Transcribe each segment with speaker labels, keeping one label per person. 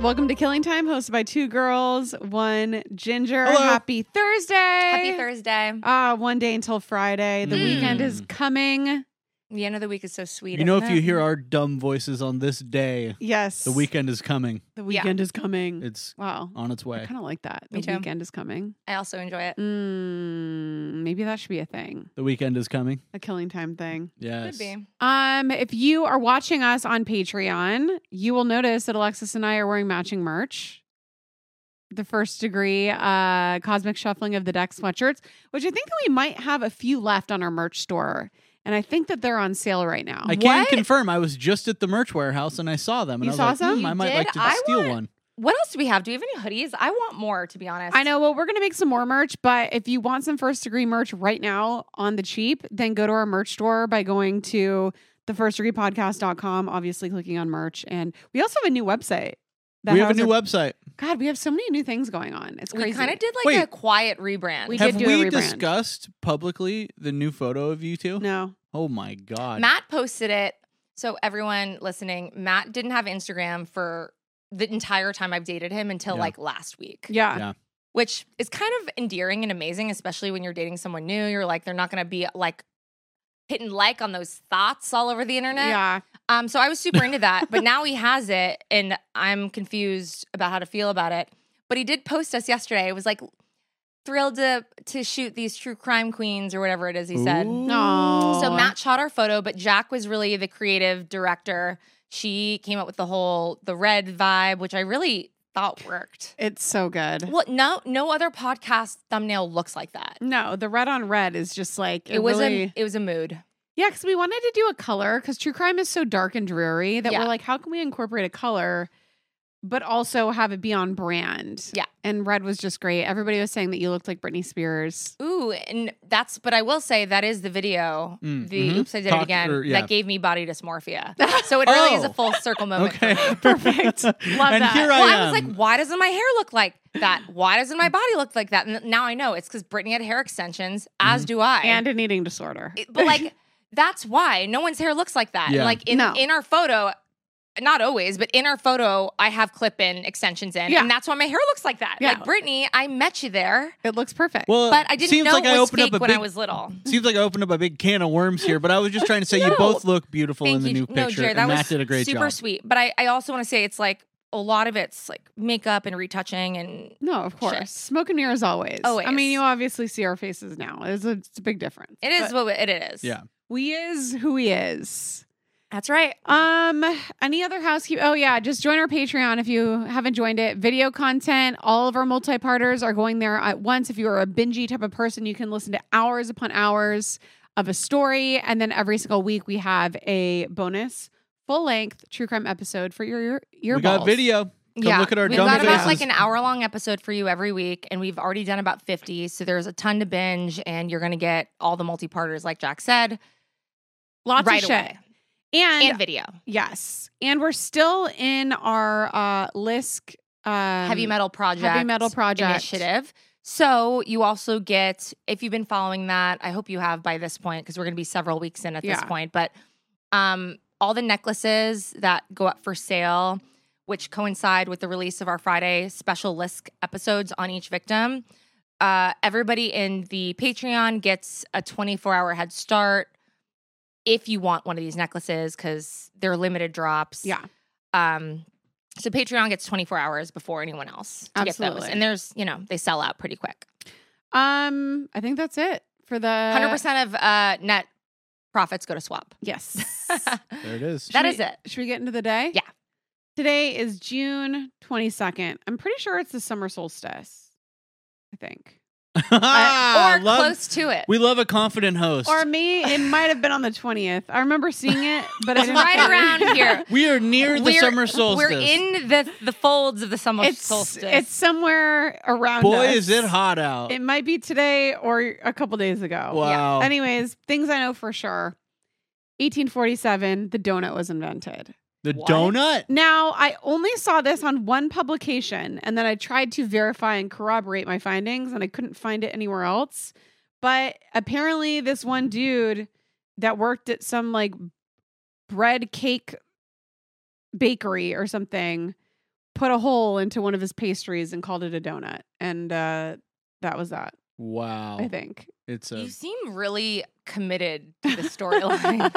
Speaker 1: Welcome to Killing Time, hosted by two girls, one ginger.
Speaker 2: Hello.
Speaker 1: Happy Thursday.
Speaker 3: Happy Thursday.
Speaker 1: Ah, one day until Friday. The
Speaker 2: Mm.
Speaker 1: weekend is coming.
Speaker 3: The end of the week is so sweet.
Speaker 2: You know,
Speaker 3: isn't
Speaker 2: if you
Speaker 3: it?
Speaker 2: hear our dumb voices on this day,
Speaker 1: Yes.
Speaker 2: the weekend is coming.
Speaker 1: The weekend is
Speaker 3: Mm.
Speaker 1: coming.
Speaker 2: It's
Speaker 1: wow.
Speaker 2: on its
Speaker 1: I
Speaker 2: way.
Speaker 1: kind of like that.
Speaker 3: Me
Speaker 1: the
Speaker 3: too.
Speaker 1: weekend is coming.
Speaker 3: I also enjoy it.
Speaker 1: Mm, maybe that should be a thing,
Speaker 2: The weekend is coming.
Speaker 1: a Killing Time thing.
Speaker 3: Could
Speaker 2: Yes.
Speaker 3: be.
Speaker 1: Um, if you are watching us on Patreon, you will notice that Alexis and I are wearing matching merch. The first degree uh cosmic shuffling of the deck sweatshirts, which I think that we might have a few left on our merch store. And I think that they're on sale right now.
Speaker 2: I can confirm. I was just at the merch warehouse and I saw them, and
Speaker 1: You
Speaker 2: I was
Speaker 1: saw
Speaker 2: like,
Speaker 1: some?
Speaker 2: "Hmm, I
Speaker 3: You
Speaker 2: might
Speaker 3: did?
Speaker 2: like to
Speaker 3: I
Speaker 2: steal
Speaker 3: want-
Speaker 2: one.
Speaker 3: What else do we have? Do we have any hoodies? I want more, to be honest.
Speaker 1: I know. Well, we're going to make some more merch, but if you want some first degree merch right now on the cheap, then go to our merch store by going to the first degree podcast.com, obviously clicking on merch. And we also have a new website. that
Speaker 2: We have a
Speaker 1: has
Speaker 2: new
Speaker 1: our-
Speaker 2: website.
Speaker 1: God, we have so many new things going on. It's crazy.
Speaker 3: We kind of did like
Speaker 2: Wait.
Speaker 3: a quiet rebrand.
Speaker 1: We
Speaker 2: have
Speaker 1: did do a
Speaker 2: we
Speaker 1: rebrand.
Speaker 2: discussed publicly the new photo of you two?
Speaker 1: No.
Speaker 2: Oh my god!
Speaker 3: Matt posted it. So everyone listening, Matt didn't have Instagram for the entire time I've dated him until
Speaker 2: Yeah.
Speaker 3: like last week.
Speaker 1: Yeah.
Speaker 2: Yeah.
Speaker 3: Which is kind of endearing and amazing, especially when you're dating someone new. You're like, they're not gonna be like hitting like on those thoughts all over the internet.
Speaker 1: Yeah.
Speaker 3: Um, so I was super into that, but now he has it, and I'm confused about how to feel about it. But he did post us yesterday. It was like thrilled to to shoot these true crime queens or whatever it is he said.
Speaker 2: Ooh.
Speaker 1: No.
Speaker 3: So Matt shot our photo, but Jack was really the creative director. She came up with the whole the red vibe, which I really thought worked.
Speaker 1: It's so good.
Speaker 3: Well, no, no other podcast thumbnail looks like that.
Speaker 1: No, the red on red is just like
Speaker 3: It, was
Speaker 1: really-
Speaker 3: a it was a mood.
Speaker 1: yeah, because we wanted to do a color because true crime is so dark and dreary that
Speaker 3: Yeah.
Speaker 1: we're like, how can we incorporate a color, but also have it be on brand?
Speaker 3: Yeah.
Speaker 1: and red was just great. Everybody was saying that you looked like Britney Spears.
Speaker 3: Ooh, and that's but I will say that is the video.
Speaker 2: Mm,
Speaker 3: the
Speaker 2: mhm.
Speaker 3: oops, I did
Speaker 2: Talk-
Speaker 3: it again.
Speaker 2: or- yeah.
Speaker 3: That gave me body dysmorphia. So it really is
Speaker 2: Oh.
Speaker 3: a full circle moment.
Speaker 2: Okay.
Speaker 3: for me.
Speaker 1: Perfect. Love
Speaker 2: and
Speaker 1: that.
Speaker 2: here I
Speaker 3: Well,
Speaker 2: am.
Speaker 3: I was like, why doesn't my hair look like that? Why doesn't my body look like that? And now I know it's because Brittany had hair extensions,
Speaker 2: Mm-hmm.
Speaker 3: as do I.
Speaker 1: And an eating disorder.
Speaker 3: It- but like that's why no one's hair looks like that. And,
Speaker 2: Yeah.
Speaker 3: Like in
Speaker 1: No.
Speaker 3: in our photo, not always, but in our photo, I have clip in extensions in,
Speaker 1: Yeah.
Speaker 3: and that's why my hair looks like that.
Speaker 1: Yeah.
Speaker 3: Like Brittany, I met you there,
Speaker 1: it looks perfect.
Speaker 2: well,
Speaker 3: but I didn't
Speaker 2: seems
Speaker 3: know
Speaker 2: like
Speaker 3: it
Speaker 2: I
Speaker 3: was
Speaker 2: opened
Speaker 3: fake
Speaker 2: up a
Speaker 3: when I
Speaker 2: big-
Speaker 3: was little.
Speaker 2: Seems like I opened up a big can of worms here, but I was just trying to say you
Speaker 3: No.
Speaker 2: both look beautiful in the new
Speaker 3: No,
Speaker 2: picture.
Speaker 3: Jared, that
Speaker 2: and Matt
Speaker 3: was
Speaker 2: did a great
Speaker 3: super
Speaker 2: job.
Speaker 3: sweet. But I, I also want to say it's like a lot of it's like makeup and retouching and
Speaker 1: no, of course. Smoke and mirrors always. I mean,
Speaker 3: Always.
Speaker 1: you obviously see our faces now. It's a, it's a big difference.
Speaker 3: it is
Speaker 1: But
Speaker 3: what it is.
Speaker 2: Yeah.
Speaker 1: we is who he is.
Speaker 3: That's right.
Speaker 1: Um, any other housekeeping? Oh yeah, just join our Patreon if you haven't joined it. Video content, all of our multi-parters are going there at once. If you are a bingy type of person, you can listen to hours upon hours of a story, and then every single week we have a bonus full-length true crime episode for your your your
Speaker 2: we got
Speaker 1: balls.
Speaker 2: video. Come
Speaker 3: yeah.
Speaker 2: look at our
Speaker 3: We've
Speaker 2: dumb
Speaker 3: got about
Speaker 2: faces.
Speaker 3: like an hour long episode for you every week, and we've already done about 50. So there's a ton to binge, and you're going to get all the multi parters, like Jack said,
Speaker 1: lots
Speaker 3: right
Speaker 1: of shit.
Speaker 3: away. And, video.
Speaker 1: yes, and we're still in our uh Lisk um,
Speaker 3: heavy metal project.
Speaker 1: heavy metal project
Speaker 3: initiative. So you also get, if you've been following that, I hope you have by this point because we're going to be several weeks in at
Speaker 1: Yeah.
Speaker 3: this point. But um, all the necklaces that go up for sale, which coincide with the release of our Friday special list episodes on each victim, uh, everybody in the Patreon gets a 24 hour head start. If you want one of these necklaces, because they're limited drops,
Speaker 1: Yeah.
Speaker 3: um, so Patreon gets 24 hours before anyone else to get
Speaker 1: Absolutely.
Speaker 3: those. And there's, you know, they sell out pretty quick.
Speaker 1: Um, I think that's it for the
Speaker 3: 100% of uh, net profits go to swap.
Speaker 1: Yes.
Speaker 2: there it is.
Speaker 3: That
Speaker 1: Should
Speaker 3: is
Speaker 1: we-
Speaker 3: it.
Speaker 1: Should we get into the day?
Speaker 3: Yeah.
Speaker 1: Today is June 22nd. I'm pretty sure it's the summer solstice, I think. Uh,
Speaker 3: Uh, or
Speaker 2: Ah, Love-
Speaker 3: close to it.
Speaker 2: We love a confident host.
Speaker 1: Or me, it might have been on the 20th. I remember seeing it, but I
Speaker 3: It's
Speaker 1: didn't
Speaker 3: right
Speaker 1: care.
Speaker 3: around here.
Speaker 2: we are near the
Speaker 3: We're-
Speaker 2: summer solstice.
Speaker 3: We're in the, the folds of the summer
Speaker 1: it's,
Speaker 3: solstice.
Speaker 1: it's somewhere around
Speaker 2: Boy,
Speaker 1: us.
Speaker 2: is it hot out!
Speaker 1: It might be today or a couple days ago.
Speaker 2: wow.
Speaker 1: Anyways, things I know for sure. 1847, the donut was invented.
Speaker 2: the
Speaker 3: What?
Speaker 2: donut.
Speaker 1: Now, I only saw this on one publication and then I tried to verify and corroborate my findings and I couldn't find it anywhere else. But apparently, this one dude that worked at some like bread cake bakery or something put a hole into one of his pastries and called it a donut, and uh, that was that.
Speaker 2: Wow.
Speaker 3: Oh.
Speaker 1: I think.
Speaker 2: It's a.
Speaker 3: You seem really committed to the storyline.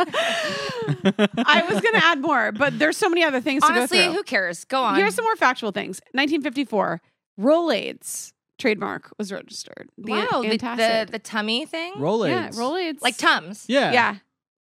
Speaker 1: I was going to add more, but there's so many other things to
Speaker 3: Honestly,
Speaker 1: go through.
Speaker 3: who cares? Go on.
Speaker 1: Here's some more factual things. 1954, Rolaids trademark was registered. The
Speaker 3: wow, the, the,
Speaker 1: antacid.
Speaker 3: the tummy thing?
Speaker 2: Rolaids.
Speaker 1: yeah, Rolaids.
Speaker 3: like Tums.
Speaker 2: Yeah.
Speaker 1: Yeah.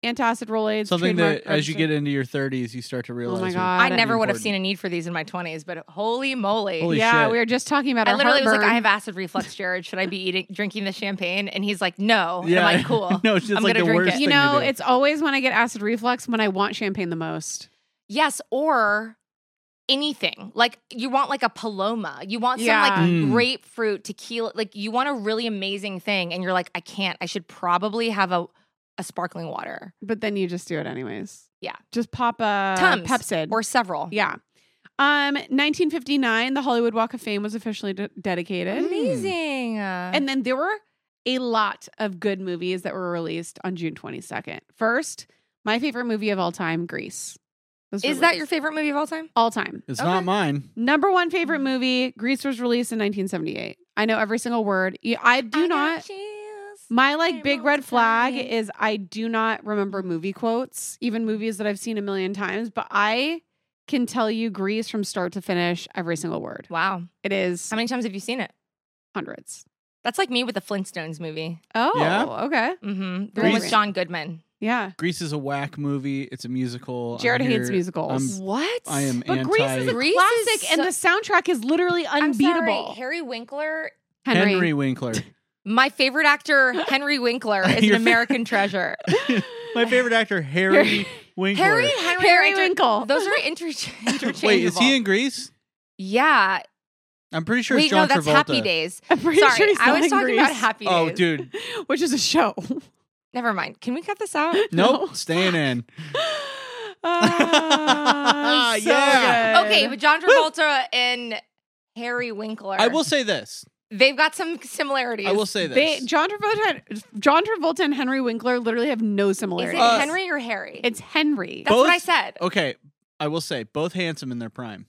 Speaker 1: Antacid Rolaids.
Speaker 2: Something
Speaker 1: trademark
Speaker 2: that as you
Speaker 1: registered.
Speaker 2: get into your 30s, you start to realize. what-
Speaker 1: God.
Speaker 3: I
Speaker 1: Got it.
Speaker 3: never would have
Speaker 2: Important.
Speaker 3: seen a need for these in my 20s, but holy moly.
Speaker 2: Holy
Speaker 1: yeah,
Speaker 2: shit.
Speaker 1: we were just talking about.
Speaker 3: I
Speaker 1: our
Speaker 3: literally was like,
Speaker 1: heartburn.
Speaker 3: I have acid reflux, Jared. Should I be eating, drinking the champagne? And he's like, No.
Speaker 2: Yeah.
Speaker 3: And I'm like, Cool.
Speaker 2: no, it's just
Speaker 3: I'm
Speaker 2: like the
Speaker 3: gonna drink
Speaker 2: worst
Speaker 3: it.
Speaker 2: thing
Speaker 1: You know,
Speaker 2: to do.
Speaker 1: it's always when I get acid reflux when I want champagne the most.
Speaker 3: Yes, or anything. Like you want like a paloma. You want some like
Speaker 1: Yeah.
Speaker 2: Mm.
Speaker 3: grapefruit tequila. Like you want a really amazing thing, and you're like, I can't. I should probably have a a sparkling water
Speaker 1: But then you just do it anyways.
Speaker 3: Yeah.
Speaker 1: Just pop a
Speaker 3: Tums.
Speaker 1: Pepsid.
Speaker 3: or several.
Speaker 1: Uh, yeah. Um, 1959, the Hollywood Walk of Fame was officially de- dedicated.
Speaker 3: Mm. Amazing. And
Speaker 1: And then there were a lot of good movies that were released on June 22nd. First, my favorite movie of all time, Grease. was
Speaker 3: is that your
Speaker 1: released.
Speaker 3: favorite movie of all time?
Speaker 1: all time?
Speaker 2: It's
Speaker 3: Okay.
Speaker 2: not mine.
Speaker 1: Number one favorite
Speaker 3: Mm-hmm.
Speaker 1: movie, Grease was released in 1978. I know every single word. Y- I do not My
Speaker 3: Hey,
Speaker 1: like big
Speaker 3: roll the Mm-hmm.
Speaker 1: red flag
Speaker 3: dice.
Speaker 1: is I do not remember movie quotes, even movies that I've seen a million times, but I can tell you Grease from start to finish, every single word.
Speaker 3: Wow.
Speaker 1: It is
Speaker 3: How many times have you seen it?
Speaker 1: hundreds.
Speaker 3: That's like me with the Flintstones movie.
Speaker 1: Oh,
Speaker 2: Yeah?
Speaker 1: okay.
Speaker 3: Mm-hmm. The one with
Speaker 2: Grease.
Speaker 3: John Goodman.
Speaker 1: Yeah.
Speaker 2: Grease is a whack movie. It's a musical. I'm
Speaker 1: Jared hates
Speaker 2: here-
Speaker 1: musicals.
Speaker 3: What?
Speaker 2: I am
Speaker 1: but
Speaker 2: anti.
Speaker 1: Grease is a
Speaker 3: Grease is
Speaker 1: classic and
Speaker 3: so-
Speaker 1: the soundtrack is literally
Speaker 3: I'm sorry,
Speaker 1: unbeatable.
Speaker 3: Harry Winkler
Speaker 2: Henry. Winkler.
Speaker 3: My favorite actor, Henry Winkler, is an
Speaker 2: Your fa-
Speaker 3: American treasure.
Speaker 2: My favorite actor, Harry Winkler.
Speaker 3: Harry and Henry,
Speaker 1: Harry
Speaker 3: are inter-
Speaker 1: Winkle.
Speaker 3: Those are inter- interchangeable.
Speaker 2: Wait, is he in Greece?
Speaker 3: Yeah.
Speaker 2: I'm pretty sure
Speaker 3: Wait,
Speaker 2: it's John
Speaker 3: no, that's
Speaker 2: Travolta.
Speaker 3: Happy Days.
Speaker 1: I'm pretty
Speaker 3: Sorry,
Speaker 1: sure he's
Speaker 3: I
Speaker 1: not
Speaker 3: was
Speaker 1: in
Speaker 3: talking about
Speaker 1: Grease,
Speaker 3: Happy Days.
Speaker 2: Oh, dude.
Speaker 1: which is a show.
Speaker 3: Never mind. Can we cut this out?
Speaker 2: Nope.
Speaker 1: No.
Speaker 2: Staying in.
Speaker 1: Ah, so
Speaker 2: Yeah.
Speaker 1: good.
Speaker 3: Okay, but John Travolta and Harry Winkler.
Speaker 2: I will say this.
Speaker 3: They've got some similarities.
Speaker 2: I will say this.
Speaker 1: They John Travolta, John Travolta and Henry Winkler literally have no
Speaker 3: Is it
Speaker 1: similarities.
Speaker 2: Uh,
Speaker 3: Henry or Harry?
Speaker 1: It's Henry.
Speaker 3: That's what I
Speaker 2: both-
Speaker 3: said.
Speaker 2: okay, I will say both handsome in their prime.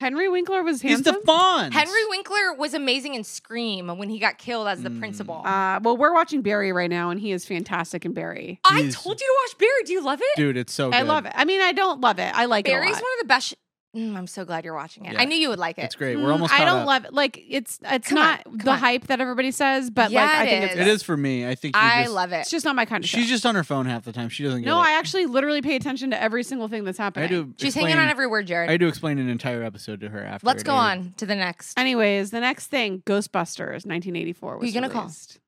Speaker 1: Henry Winkler was handsome.
Speaker 2: He's the Fonz.
Speaker 3: Henry Winkler was amazing in Scream when he got killed as the
Speaker 2: Mm.
Speaker 3: principal.
Speaker 1: uh, well, we're watching Barry right now, and he is fantastic in Barry.
Speaker 3: I
Speaker 2: he's-
Speaker 3: told you to watch Barry. Do you love it?
Speaker 2: Dude, it's so.
Speaker 1: I
Speaker 2: good.
Speaker 1: love it. I mean, I don't love it. I like it
Speaker 3: Barry's
Speaker 1: a
Speaker 3: one
Speaker 1: lot.
Speaker 3: of the best. Sh- Mm, I'm so glad you're watching it.
Speaker 2: Yeah.
Speaker 3: I knew you would like it.
Speaker 2: It's great. We're
Speaker 1: Mm,
Speaker 2: almost.
Speaker 1: I
Speaker 2: caught
Speaker 1: don't
Speaker 2: up.
Speaker 1: love it. Like it's it's
Speaker 3: Come
Speaker 1: not
Speaker 3: on, come
Speaker 1: the
Speaker 3: on.
Speaker 1: hype that everybody says, but
Speaker 3: Yeah,
Speaker 1: like I
Speaker 3: it
Speaker 1: think it's
Speaker 3: is.
Speaker 2: It is for me. I think. you
Speaker 3: I
Speaker 2: just-
Speaker 3: love it.
Speaker 1: it's just not my kind of show.
Speaker 2: She's just on her phone half the time. She doesn't get
Speaker 1: no,
Speaker 2: it.
Speaker 1: I actually literally pay attention to every single thing that's
Speaker 2: I
Speaker 1: happening.
Speaker 2: had to
Speaker 3: She's
Speaker 2: explain,
Speaker 3: hanging on every word, Jared.
Speaker 2: I had to explain an entire episode to her after.
Speaker 3: Let's
Speaker 2: it
Speaker 3: go
Speaker 2: aired.
Speaker 3: on to the next.
Speaker 1: Anyways, the next thing, Ghostbusters, 1984. Was
Speaker 3: Who you gonna call?
Speaker 1: released.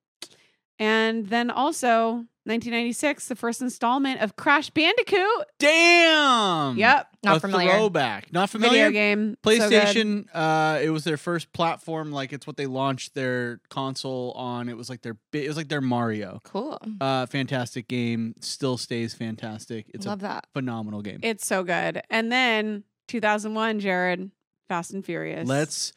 Speaker 1: And then also 1996, the first installment of Crash Bandicoot.
Speaker 2: Damn.
Speaker 1: Yep,
Speaker 3: Not
Speaker 2: a
Speaker 3: familiar.
Speaker 2: Throwback. Not Hmm. familiar.
Speaker 1: video game. so good.
Speaker 2: PlayStation. uh, it was their first platform. Like it's what they launched their console on. It was like their. bi- It was like their Mario.
Speaker 3: Cool.
Speaker 2: Uh, fantastic game. Still stays fantastic. It's
Speaker 3: love
Speaker 2: a
Speaker 3: that.
Speaker 2: phenomenal game.
Speaker 1: It's so good. And then 2001, Jared, Fast and Furious.
Speaker 2: Let's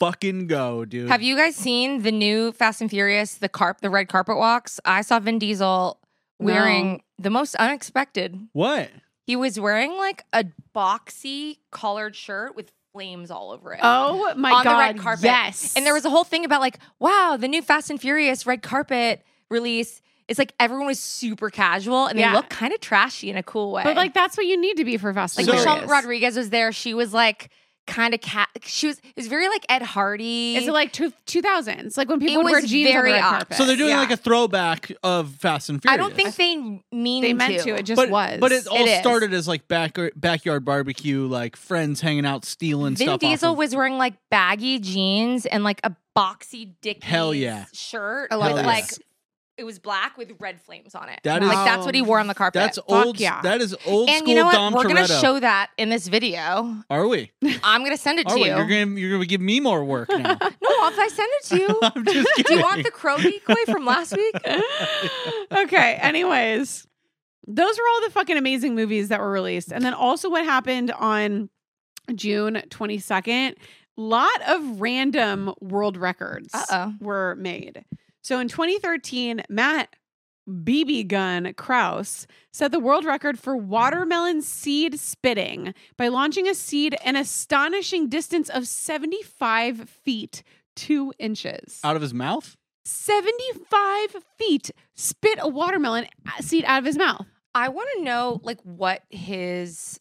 Speaker 2: fucking go, dude.
Speaker 3: Have you guys seen the new Fast and Furious, the carp, the red carpet walks? I saw Vin Diesel
Speaker 1: No.
Speaker 3: wearing the most unexpected.
Speaker 2: What?
Speaker 3: He was wearing like a boxy collared shirt with flames all over it.
Speaker 1: Oh my
Speaker 3: on
Speaker 1: god!
Speaker 3: the red carpet.
Speaker 1: Yes.
Speaker 3: And there was a whole thing about like, wow, the new Fast and Furious red carpet release. It's like everyone was super casual and
Speaker 1: Yeah.
Speaker 3: they look kind of trashy in a cool way.
Speaker 1: but like that's what you need to be for Fast
Speaker 3: like
Speaker 1: and
Speaker 2: So-
Speaker 1: Furious.
Speaker 3: Michelle Rodriguez was there. She was like kind of cat. She was it was very like Ed Hardy.
Speaker 1: Is it like two thousands? Like when people
Speaker 3: It
Speaker 1: would wear
Speaker 3: was
Speaker 1: jeans on the
Speaker 3: very
Speaker 1: red
Speaker 3: odd.
Speaker 1: carpet.
Speaker 2: So they're doing
Speaker 3: Yeah.
Speaker 2: like a throwback of Fast and Furious.
Speaker 3: I don't think they mean
Speaker 1: they meant to. It just
Speaker 2: but,
Speaker 1: was.
Speaker 2: But it all
Speaker 3: It is.
Speaker 2: started as like back backyard barbecue, like friends hanging out, stealing
Speaker 3: Vin
Speaker 2: stuff. off
Speaker 3: Diesel
Speaker 2: of-
Speaker 3: was wearing like baggy jeans and like a boxy Dickies
Speaker 2: Hell yeah.
Speaker 3: shirt.
Speaker 1: I like
Speaker 3: with,
Speaker 2: this.
Speaker 3: like it was black with red flames on it.
Speaker 2: That
Speaker 1: is-
Speaker 3: like that's what he wore on the carpet.
Speaker 2: that's old.
Speaker 1: yeah.
Speaker 2: That is old
Speaker 3: and
Speaker 2: school
Speaker 3: you know what?
Speaker 2: Dom
Speaker 3: We're gonna
Speaker 2: Toretto.
Speaker 3: show that in this video.
Speaker 2: Are we?
Speaker 3: I'm gonna send it to
Speaker 2: Are we?
Speaker 3: you.
Speaker 2: You're gonna you're gonna give me more work now.
Speaker 3: No, if I send it to you.
Speaker 2: I'm just kidding.
Speaker 3: Do you want the crow decoy from last week?
Speaker 1: okay. Anyways, those were all the fucking amazing movies that were released. And then also what happened on June 22nd, lot of random world records
Speaker 3: Uh-oh.
Speaker 1: were made. So in 2013, Matt BB Gun Kraus set the world record for watermelon seed spitting by launching a seed an astonishing distance of 75 feet, two inches.
Speaker 2: Out of his mouth?
Speaker 1: 75 feet spit a watermelon uh, seed out of his mouth.
Speaker 3: I want to know like what his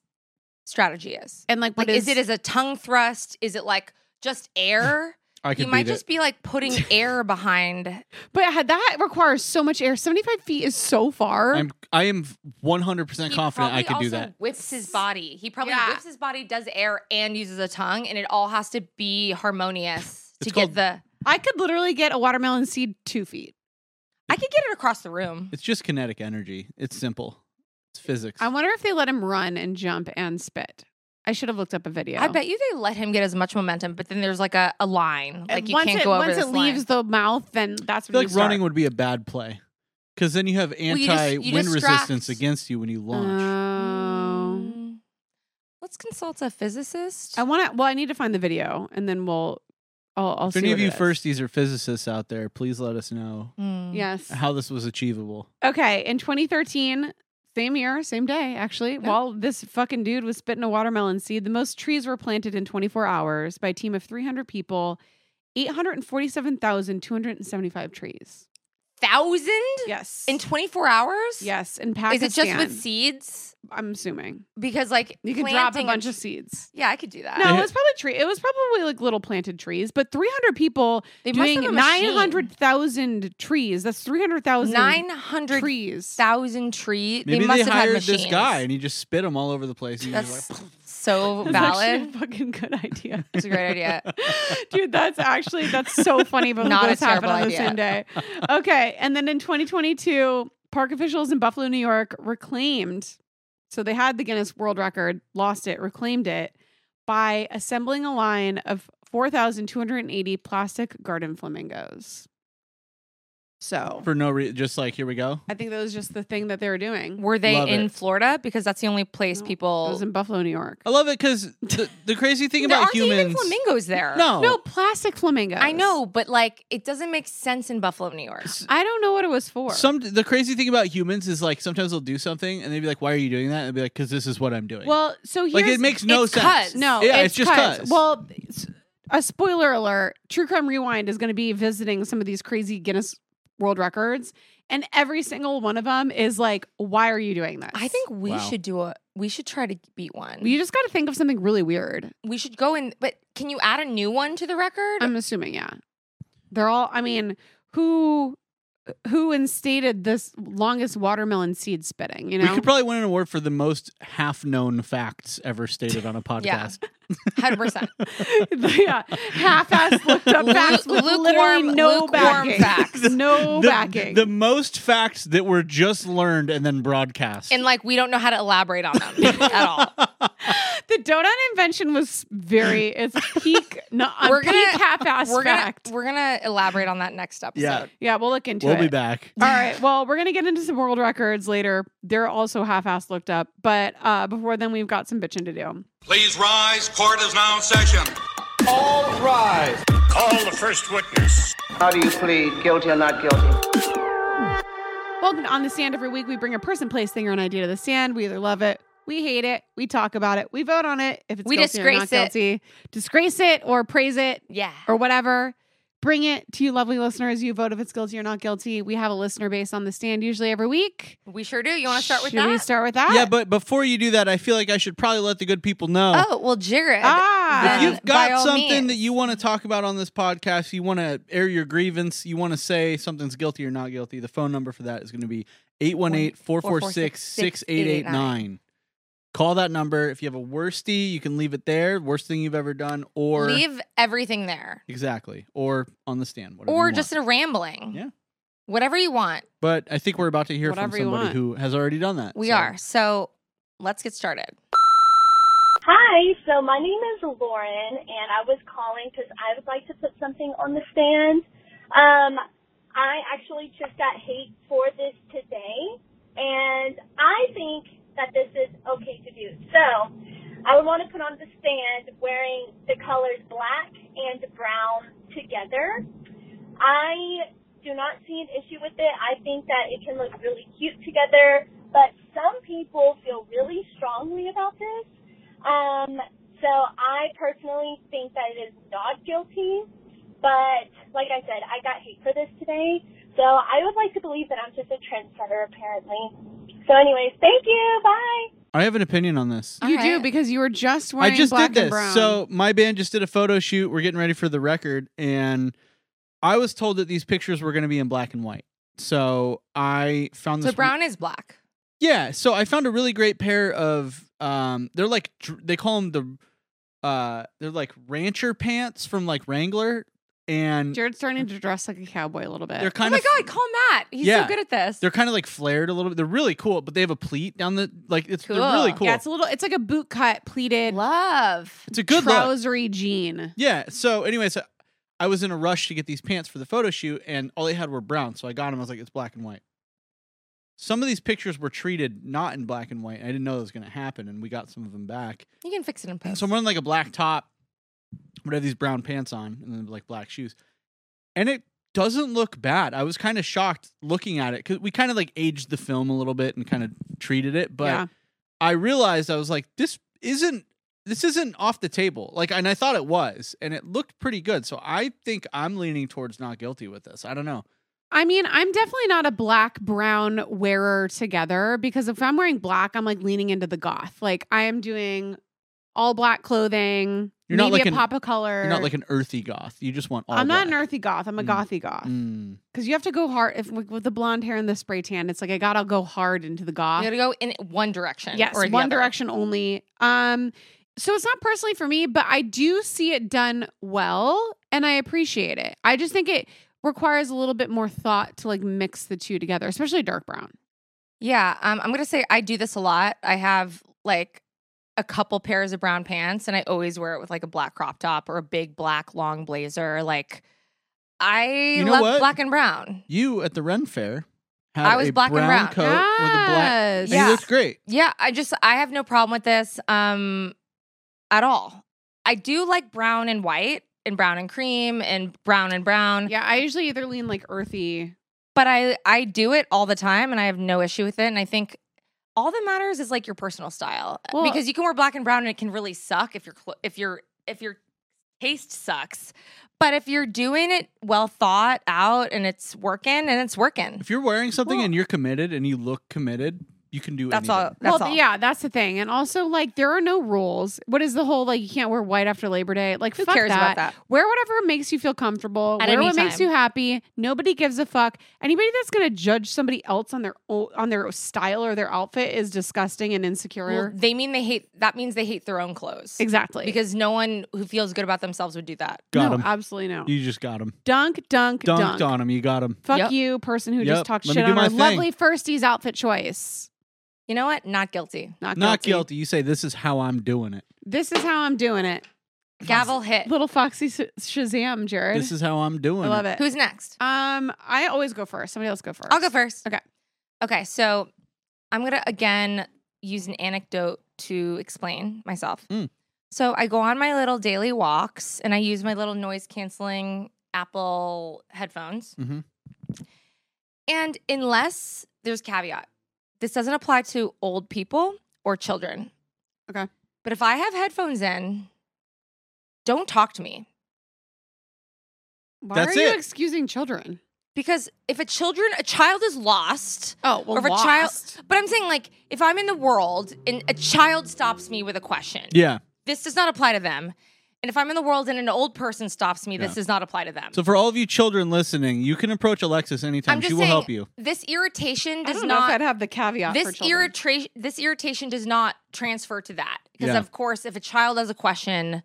Speaker 3: strategy is.
Speaker 1: And like, what
Speaker 3: Like,
Speaker 1: is
Speaker 3: is it as a tongue thrust? Is it like just air?
Speaker 2: I
Speaker 3: He
Speaker 2: could
Speaker 3: might
Speaker 2: beat
Speaker 3: just
Speaker 2: it.
Speaker 3: be like putting air behind.
Speaker 1: But ha- that requires so much air. 75 feet is so far.
Speaker 2: I'm I am 100 percent
Speaker 3: He
Speaker 2: confident I
Speaker 3: probably
Speaker 2: could do
Speaker 3: also
Speaker 2: that.
Speaker 3: Whips his body. He probably
Speaker 1: Yeah.
Speaker 3: whips his body, does air, and uses a tongue, and it all has to be harmonious to
Speaker 2: It's
Speaker 3: get
Speaker 2: called-
Speaker 3: the.
Speaker 1: I could literally get a watermelon seed two feet.
Speaker 3: I could get it across the room.
Speaker 2: It's just kinetic energy. It's simple. It's physics.
Speaker 1: I wonder if they let him run and jump and spit. I should have looked up a video.
Speaker 3: I bet you they let him get as much momentum, but then there's like a, a line. Like
Speaker 1: And
Speaker 3: you
Speaker 1: once
Speaker 3: can't
Speaker 1: it,
Speaker 3: go over
Speaker 1: Once
Speaker 3: this
Speaker 1: it leaves the mouth, then that's
Speaker 2: I
Speaker 1: when
Speaker 2: feel
Speaker 1: you
Speaker 2: like running would be a bad play because then you have
Speaker 3: you
Speaker 2: anti
Speaker 3: just- you
Speaker 2: wind
Speaker 3: distract. Uh,
Speaker 2: resistance against you when you
Speaker 1: start.
Speaker 2: launch.
Speaker 1: Oh.
Speaker 3: Mm. Let's consult a physicist.
Speaker 1: I want to. Well, I need to find the video, and then we'll. I'll, I'll
Speaker 2: if
Speaker 1: see
Speaker 2: any
Speaker 1: what
Speaker 2: of
Speaker 1: it
Speaker 2: you
Speaker 1: is.
Speaker 2: firsties or physicists out there, please let us know
Speaker 3: Mm.
Speaker 1: Yes.
Speaker 2: how this was achievable.
Speaker 1: Okay. In 2013, same year, same day, actually, while this fucking dude was spitting a watermelon seed, the most trees were planted in 24 hours by a team of 300 people, 847,275 trees.
Speaker 3: Thousand
Speaker 1: Yes.
Speaker 3: in 24 hours?
Speaker 1: yes. In
Speaker 3: Is
Speaker 1: Pakistan.
Speaker 3: it just with seeds?
Speaker 1: I'm assuming.
Speaker 3: Because like
Speaker 1: You could drop a
Speaker 3: planting uh,
Speaker 1: bunch of seeds.
Speaker 3: Yeah, I could do that.
Speaker 1: No, it was probably tree. It was probably like little planted trees, but 300 people
Speaker 3: they
Speaker 1: doing 900,000 trees. That's 300,000
Speaker 3: nine hundred
Speaker 1: trees.
Speaker 3: thousand trees.
Speaker 2: Maybe
Speaker 3: they must
Speaker 2: they,
Speaker 3: have
Speaker 2: hired
Speaker 3: had machines.
Speaker 2: this guy and he just spit them all over the place. And he's
Speaker 3: That's
Speaker 2: like,
Speaker 3: so
Speaker 1: That's actually
Speaker 3: valid.
Speaker 1: a fucking good idea.
Speaker 3: It's a great idea.
Speaker 1: Dude, that's actually that's so funny, but
Speaker 3: Not a
Speaker 1: both happened on
Speaker 3: terrible
Speaker 1: the same day. Okay, and then in 2022, park officials in Buffalo, New York, reclaimed. So they had the Guinness World Record, lost it, reclaimed it by assembling a line of 4,280 plastic garden flamingos. So
Speaker 2: for no reason, just like here we go.
Speaker 1: I think that was just the thing that they were doing.
Speaker 3: Were they
Speaker 2: Love
Speaker 3: in
Speaker 2: it.
Speaker 3: Florida? Because that's the only place
Speaker 1: No, It
Speaker 3: people.
Speaker 1: was in Buffalo, New York.
Speaker 3: oh.
Speaker 2: I love it because the, the crazy thing
Speaker 3: there
Speaker 2: about
Speaker 3: aren't
Speaker 2: humans.
Speaker 3: even flamingos there.
Speaker 2: No,
Speaker 1: No, plastic flamingos.
Speaker 3: I know, but like it doesn't make sense in Buffalo, New York.
Speaker 1: I don't know what it was for.
Speaker 2: Some the crazy thing about humans is like sometimes they'll do something and they'd be like, "Why are you doing that?" And they'd be like, "Cause this is what I'm doing."
Speaker 1: well, so here's
Speaker 2: like it makes no
Speaker 3: it's
Speaker 2: sense.
Speaker 3: 'cause.
Speaker 1: No,
Speaker 2: yeah, it's, just
Speaker 1: 'cause.
Speaker 2: cause.
Speaker 1: Well, s- a spoiler alert: True Crime Rewind is going to be visiting some of these crazy Guinness World Records, and every single one of them is like, "Why are you doing this?"
Speaker 3: I think we
Speaker 2: Wow.
Speaker 3: should do a. We should try to beat one.
Speaker 1: you just got to think of something really weird.
Speaker 3: we should go in. But can you add a new one to the record?
Speaker 1: I'm assuming, yeah, they're all. I mean, who who instated this longest watermelon seed spitting? You know,
Speaker 2: we could probably win an award for the most half-known facts ever stated on a podcast.
Speaker 3: Hundred percent.
Speaker 1: yeah, half-ass looked up
Speaker 3: Lu-
Speaker 1: facts with literally
Speaker 3: lukewarm-
Speaker 1: no
Speaker 3: lukewarm
Speaker 1: backing.
Speaker 3: facts.
Speaker 1: No
Speaker 2: the,
Speaker 1: backing.
Speaker 2: the most facts that were just learned and then broadcast.
Speaker 3: and like we don't know how to elaborate on them at all.
Speaker 1: The donut invention was very it's peak not
Speaker 3: We're gonna-
Speaker 1: peak half-ass
Speaker 3: We're gonna
Speaker 1: fact.
Speaker 3: we're gonna elaborate on that next episode.
Speaker 2: yeah,
Speaker 1: yeah, we'll look into
Speaker 2: we'll
Speaker 1: it.
Speaker 2: be back.
Speaker 1: All right. Well, we're gonna get into some world records later. They're also half-ass looked up, but uh, before then, we've got some bitching to do.
Speaker 4: Please rise. Court is now in session.
Speaker 5: All rise.
Speaker 6: Call the first witness.
Speaker 5: How do you plead, guilty or not guilty?
Speaker 1: Welcome to On the Sand. Every week, we bring a person, place, thing, or an idea to the sand. We either love it, we hate it, we talk about it, we vote on it. If it's
Speaker 3: We
Speaker 1: guilty or not
Speaker 3: disgrace it.
Speaker 1: guilty, disgrace it or praise it.
Speaker 3: Yeah.
Speaker 1: or whatever. Bring it to you, lovely listeners. You vote if it's guilty or not guilty. We have a listener base on the stand usually every week.
Speaker 3: We sure do. You want to start with
Speaker 1: Should
Speaker 3: that?
Speaker 1: we start with that?
Speaker 2: Yeah, but before you do that, I feel like I should probably let the good people know.
Speaker 3: oh well, Jared.
Speaker 1: ah,
Speaker 2: If
Speaker 3: Then
Speaker 2: you've
Speaker 3: Uh, by
Speaker 2: got
Speaker 3: all
Speaker 2: something
Speaker 3: means.
Speaker 2: that you want to talk about on this podcast, you want to air your grievance, you want to say something's guilty or not guilty, the phone number for that is going to be 818 446 6889. Call that number. If you have a worstie, you can leave it there. Worst thing you've ever done, or
Speaker 3: leave everything there,
Speaker 2: exactly, or on the stand, whatever.
Speaker 3: or
Speaker 2: you
Speaker 3: just
Speaker 2: want.
Speaker 3: a rambling.
Speaker 2: Yeah.
Speaker 3: Whatever you want,
Speaker 2: But I think we're about to hear
Speaker 1: Whatever you
Speaker 2: from somebody
Speaker 1: want.
Speaker 2: who has already done that.
Speaker 3: we
Speaker 2: so.
Speaker 3: are. So let's get started.
Speaker 7: Hi, so my name is Lauren, and I was calling because I would like to put something on the stand. Um, I actually just got hate for this today, and I think that this is okay to do. So, I would want to put on the stand wearing the colors black and brown together. I do not see an issue with it. I think that it can look really cute together, but some people feel really strongly about this. Um, so I personally think that it is not guilty, but like I said, I got hate for this today. So I would like to believe that I'm just a trendsetter apparently. So anyways, thank you. Bye.
Speaker 2: I have an opinion on this.
Speaker 1: you
Speaker 3: All
Speaker 1: do
Speaker 3: right.
Speaker 1: because you were just
Speaker 2: I
Speaker 1: wearing
Speaker 2: just
Speaker 1: black
Speaker 2: did this.
Speaker 1: and brown.
Speaker 2: So my band just did a photo shoot. We're getting ready for the record, and I was told that these pictures were going to be in black and white. So I found
Speaker 3: So
Speaker 2: this
Speaker 3: brown is black.
Speaker 2: Yeah, so I found a really great pair of um they're like dr- they call them the uh they're like rancher pants from like Wrangler and
Speaker 1: Jared's starting to dress like a cowboy a little bit.
Speaker 2: they're
Speaker 3: Oh
Speaker 2: kind
Speaker 3: my
Speaker 2: of
Speaker 3: god, call Matt. He's
Speaker 2: Yeah.
Speaker 3: so good at this.
Speaker 2: they're kind of like flared a little bit. They're really cool, but they have a pleat down the like it's they're
Speaker 3: Cool.
Speaker 2: really
Speaker 3: Yeah,
Speaker 2: cool.
Speaker 1: Yeah, it's a little. It's like a boot cut, pleated,
Speaker 3: Love.
Speaker 2: it's a good look.
Speaker 1: trousery jean.
Speaker 2: Yeah. So, anyways, I was in a rush to get these pants for the photo shoot, and all they had were brown. So I got them. I was like, it's black and white. Some of these pictures were treated not in black and white. and I didn't know that was going to happen, and we got some of them back.
Speaker 3: You can fix it in post.
Speaker 2: So I'm wearing like a black top, but I have these brown pants on, and then like black shoes, and it doesn't look bad. I was kind of shocked looking at it because we kind of like aged the film a little bit and kind of treated it, but
Speaker 1: yeah,
Speaker 2: I realized I was like, this isn't this isn't off the table. Like, and I thought it was, and it looked pretty good. So I think I'm leaning towards not guilty with this. I don't know.
Speaker 1: I mean, I'm definitely not a black brown wearer together because if I'm wearing black, I'm like leaning into the goth. Like I am doing all black clothing.
Speaker 2: You're not
Speaker 1: maybe
Speaker 2: like
Speaker 1: a
Speaker 2: an-
Speaker 1: pop of color.
Speaker 2: You're not like an earthy goth. You just want all.
Speaker 1: I'm not an
Speaker 2: black.
Speaker 1: earthy goth. I'm a
Speaker 2: Mm.
Speaker 1: gothy goth
Speaker 2: Mm.
Speaker 1: because you have to go hard. If with the blonde hair and the spray tan, it's like I gotta go hard into the goth.
Speaker 3: You gotta go in one direction.
Speaker 1: Yes,
Speaker 3: or the
Speaker 1: one
Speaker 3: other.
Speaker 1: direction only. Um, so it's not personally for me, but I do see it done well, and I appreciate it. I just think it requires a little bit more thought to like mix the two together, especially dark brown.
Speaker 3: Yeah, um, I'm gonna say I do this a lot. I have like a couple pairs of brown pants, and I always wear it with like a black crop top or a big black long blazer. Like I
Speaker 2: know
Speaker 3: love
Speaker 2: what?
Speaker 3: black and brown.
Speaker 2: You at the Ren Fair had
Speaker 3: I was
Speaker 2: a
Speaker 3: black and
Speaker 2: brown
Speaker 3: brown.
Speaker 2: coat with a black.
Speaker 1: Yes.
Speaker 2: And
Speaker 3: Yeah.
Speaker 2: you looked great.
Speaker 3: Yeah, I just I have no problem with this um at all. I do like brown and white and brown and cream and brown and brown,
Speaker 1: Yeah, I usually either lean like earthy.
Speaker 3: but I I do it all the time and I have no issue with it. And I think all that matters is like your personal style uh,
Speaker 1: Well-
Speaker 3: because you can wear black and brown and it can really suck if you're clo- if you're if your taste sucks. But if you're doing it well thought out and it's working and it's working,
Speaker 2: If you're wearing something
Speaker 1: Well-
Speaker 2: and you're committed and you look committed, you can do
Speaker 3: that's all.
Speaker 2: anything.
Speaker 3: That's
Speaker 1: well,
Speaker 3: all.
Speaker 1: yeah, that's the thing, and also like there are no rules. What is the whole like you can't wear white after Labor Day? Like
Speaker 3: Who
Speaker 1: fuck
Speaker 3: cares
Speaker 1: that.
Speaker 3: about that?
Speaker 1: Wear whatever makes you feel comfortable.
Speaker 3: At
Speaker 1: wear
Speaker 3: any
Speaker 1: what makes
Speaker 3: time.
Speaker 1: you happy. Nobody gives a fuck. Anybody that's gonna judge somebody else on their o- on their style or their outfit is disgusting and insecure.
Speaker 3: Well, they mean they hate. That means they hate their own clothes.
Speaker 1: exactly.
Speaker 3: Because no one who feels good about themselves would do that.
Speaker 2: Got
Speaker 1: no,
Speaker 2: him.
Speaker 1: absolutely no.
Speaker 2: you just got him.
Speaker 1: dunk, dunk, dunk,
Speaker 2: Dunked on him. You got him.
Speaker 1: Fuck
Speaker 3: Yep.
Speaker 1: you, person who
Speaker 2: Yep.
Speaker 1: just talked
Speaker 2: Let me
Speaker 1: shit
Speaker 2: do
Speaker 1: on
Speaker 2: my
Speaker 1: our
Speaker 2: thing.
Speaker 1: lovely firsties outfit choice.
Speaker 3: You know what? Not guilty.
Speaker 1: Not guilty.
Speaker 2: Not guilty. You say this is how I'm doing it.
Speaker 1: This is how I'm doing it.
Speaker 3: Gavel hit.
Speaker 1: Little Foxy Sh- Shazam, Jared.
Speaker 2: This is how I'm
Speaker 1: I
Speaker 2: doing.
Speaker 1: love
Speaker 2: it.
Speaker 1: it.
Speaker 3: Who's next?
Speaker 1: um, I always go first. Somebody else go first.
Speaker 3: I'll go first.
Speaker 1: Okay.
Speaker 3: Okay. So I'm going to again use an anecdote to explain myself.
Speaker 2: Mm.
Speaker 3: So I go on my little daily walks and I use my little noise canceling Apple headphones.
Speaker 1: Mm-hmm.
Speaker 2: Mhm.
Speaker 3: And unless there's caveat, this doesn't apply to old people or children.
Speaker 1: Okay.
Speaker 3: But if I have headphones in, don't talk to me
Speaker 1: Why
Speaker 2: That's
Speaker 1: are you
Speaker 2: it.
Speaker 1: excusing children?
Speaker 3: because if a children a child is lost,
Speaker 1: Oh, well,
Speaker 3: Or if a child- But I'm saying, like, if I'm in the world and a child stops me with a question,
Speaker 2: Yeah.
Speaker 3: this does not apply to them. And if I'm in the world and an old person stops me,
Speaker 2: Yeah.
Speaker 3: this does not apply to them.
Speaker 2: So for all of you children listening, you can approach Alexis anytime.
Speaker 3: I'm
Speaker 2: She
Speaker 3: just
Speaker 2: will
Speaker 3: saying,
Speaker 2: help you.
Speaker 3: this irritation
Speaker 1: I
Speaker 3: does
Speaker 1: don't know if I'd
Speaker 3: not.
Speaker 1: have the caveat for
Speaker 3: This
Speaker 1: children.
Speaker 3: irritation, this irritation does not transfer to that because,
Speaker 2: Yeah.
Speaker 3: of course, if a child has a question,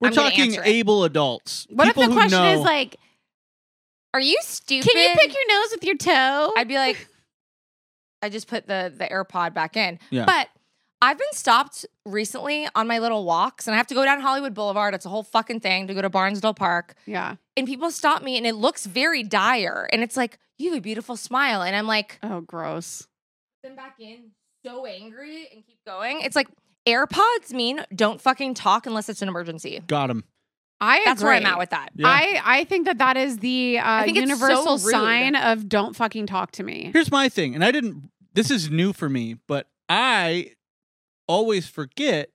Speaker 2: We're
Speaker 3: I'm gonna
Speaker 2: talking
Speaker 3: answer it.
Speaker 2: able adults.
Speaker 1: what if
Speaker 2: people
Speaker 1: the
Speaker 2: who
Speaker 1: question
Speaker 2: know,
Speaker 1: is like,
Speaker 3: are you stupid?
Speaker 1: can you pick your nose with your toe?
Speaker 3: I'd be like, I just put the the AirPod back in.
Speaker 2: Yeah.
Speaker 3: But I've been stopped recently on my little walks, and I have to go down Hollywood Boulevard. It's a whole fucking thing to go to Barnesdale Park,
Speaker 1: yeah.
Speaker 3: and people stop me, and it looks very dire. And it's like, you have a beautiful smile, and I'm like,
Speaker 1: Oh, gross.
Speaker 3: then back in, so angry, and keep going. It's like AirPods mean don't fucking talk unless it's an emergency.
Speaker 2: got him.
Speaker 1: I
Speaker 3: That's where I'm
Speaker 1: agree.
Speaker 3: at with that.
Speaker 2: Yeah.
Speaker 1: I, I think that that is the uh,
Speaker 3: think it's so
Speaker 1: universal
Speaker 3: rude.
Speaker 1: sign of don't fucking talk to me.
Speaker 2: Here's my thing, and I didn't. This is new for me, but I always forget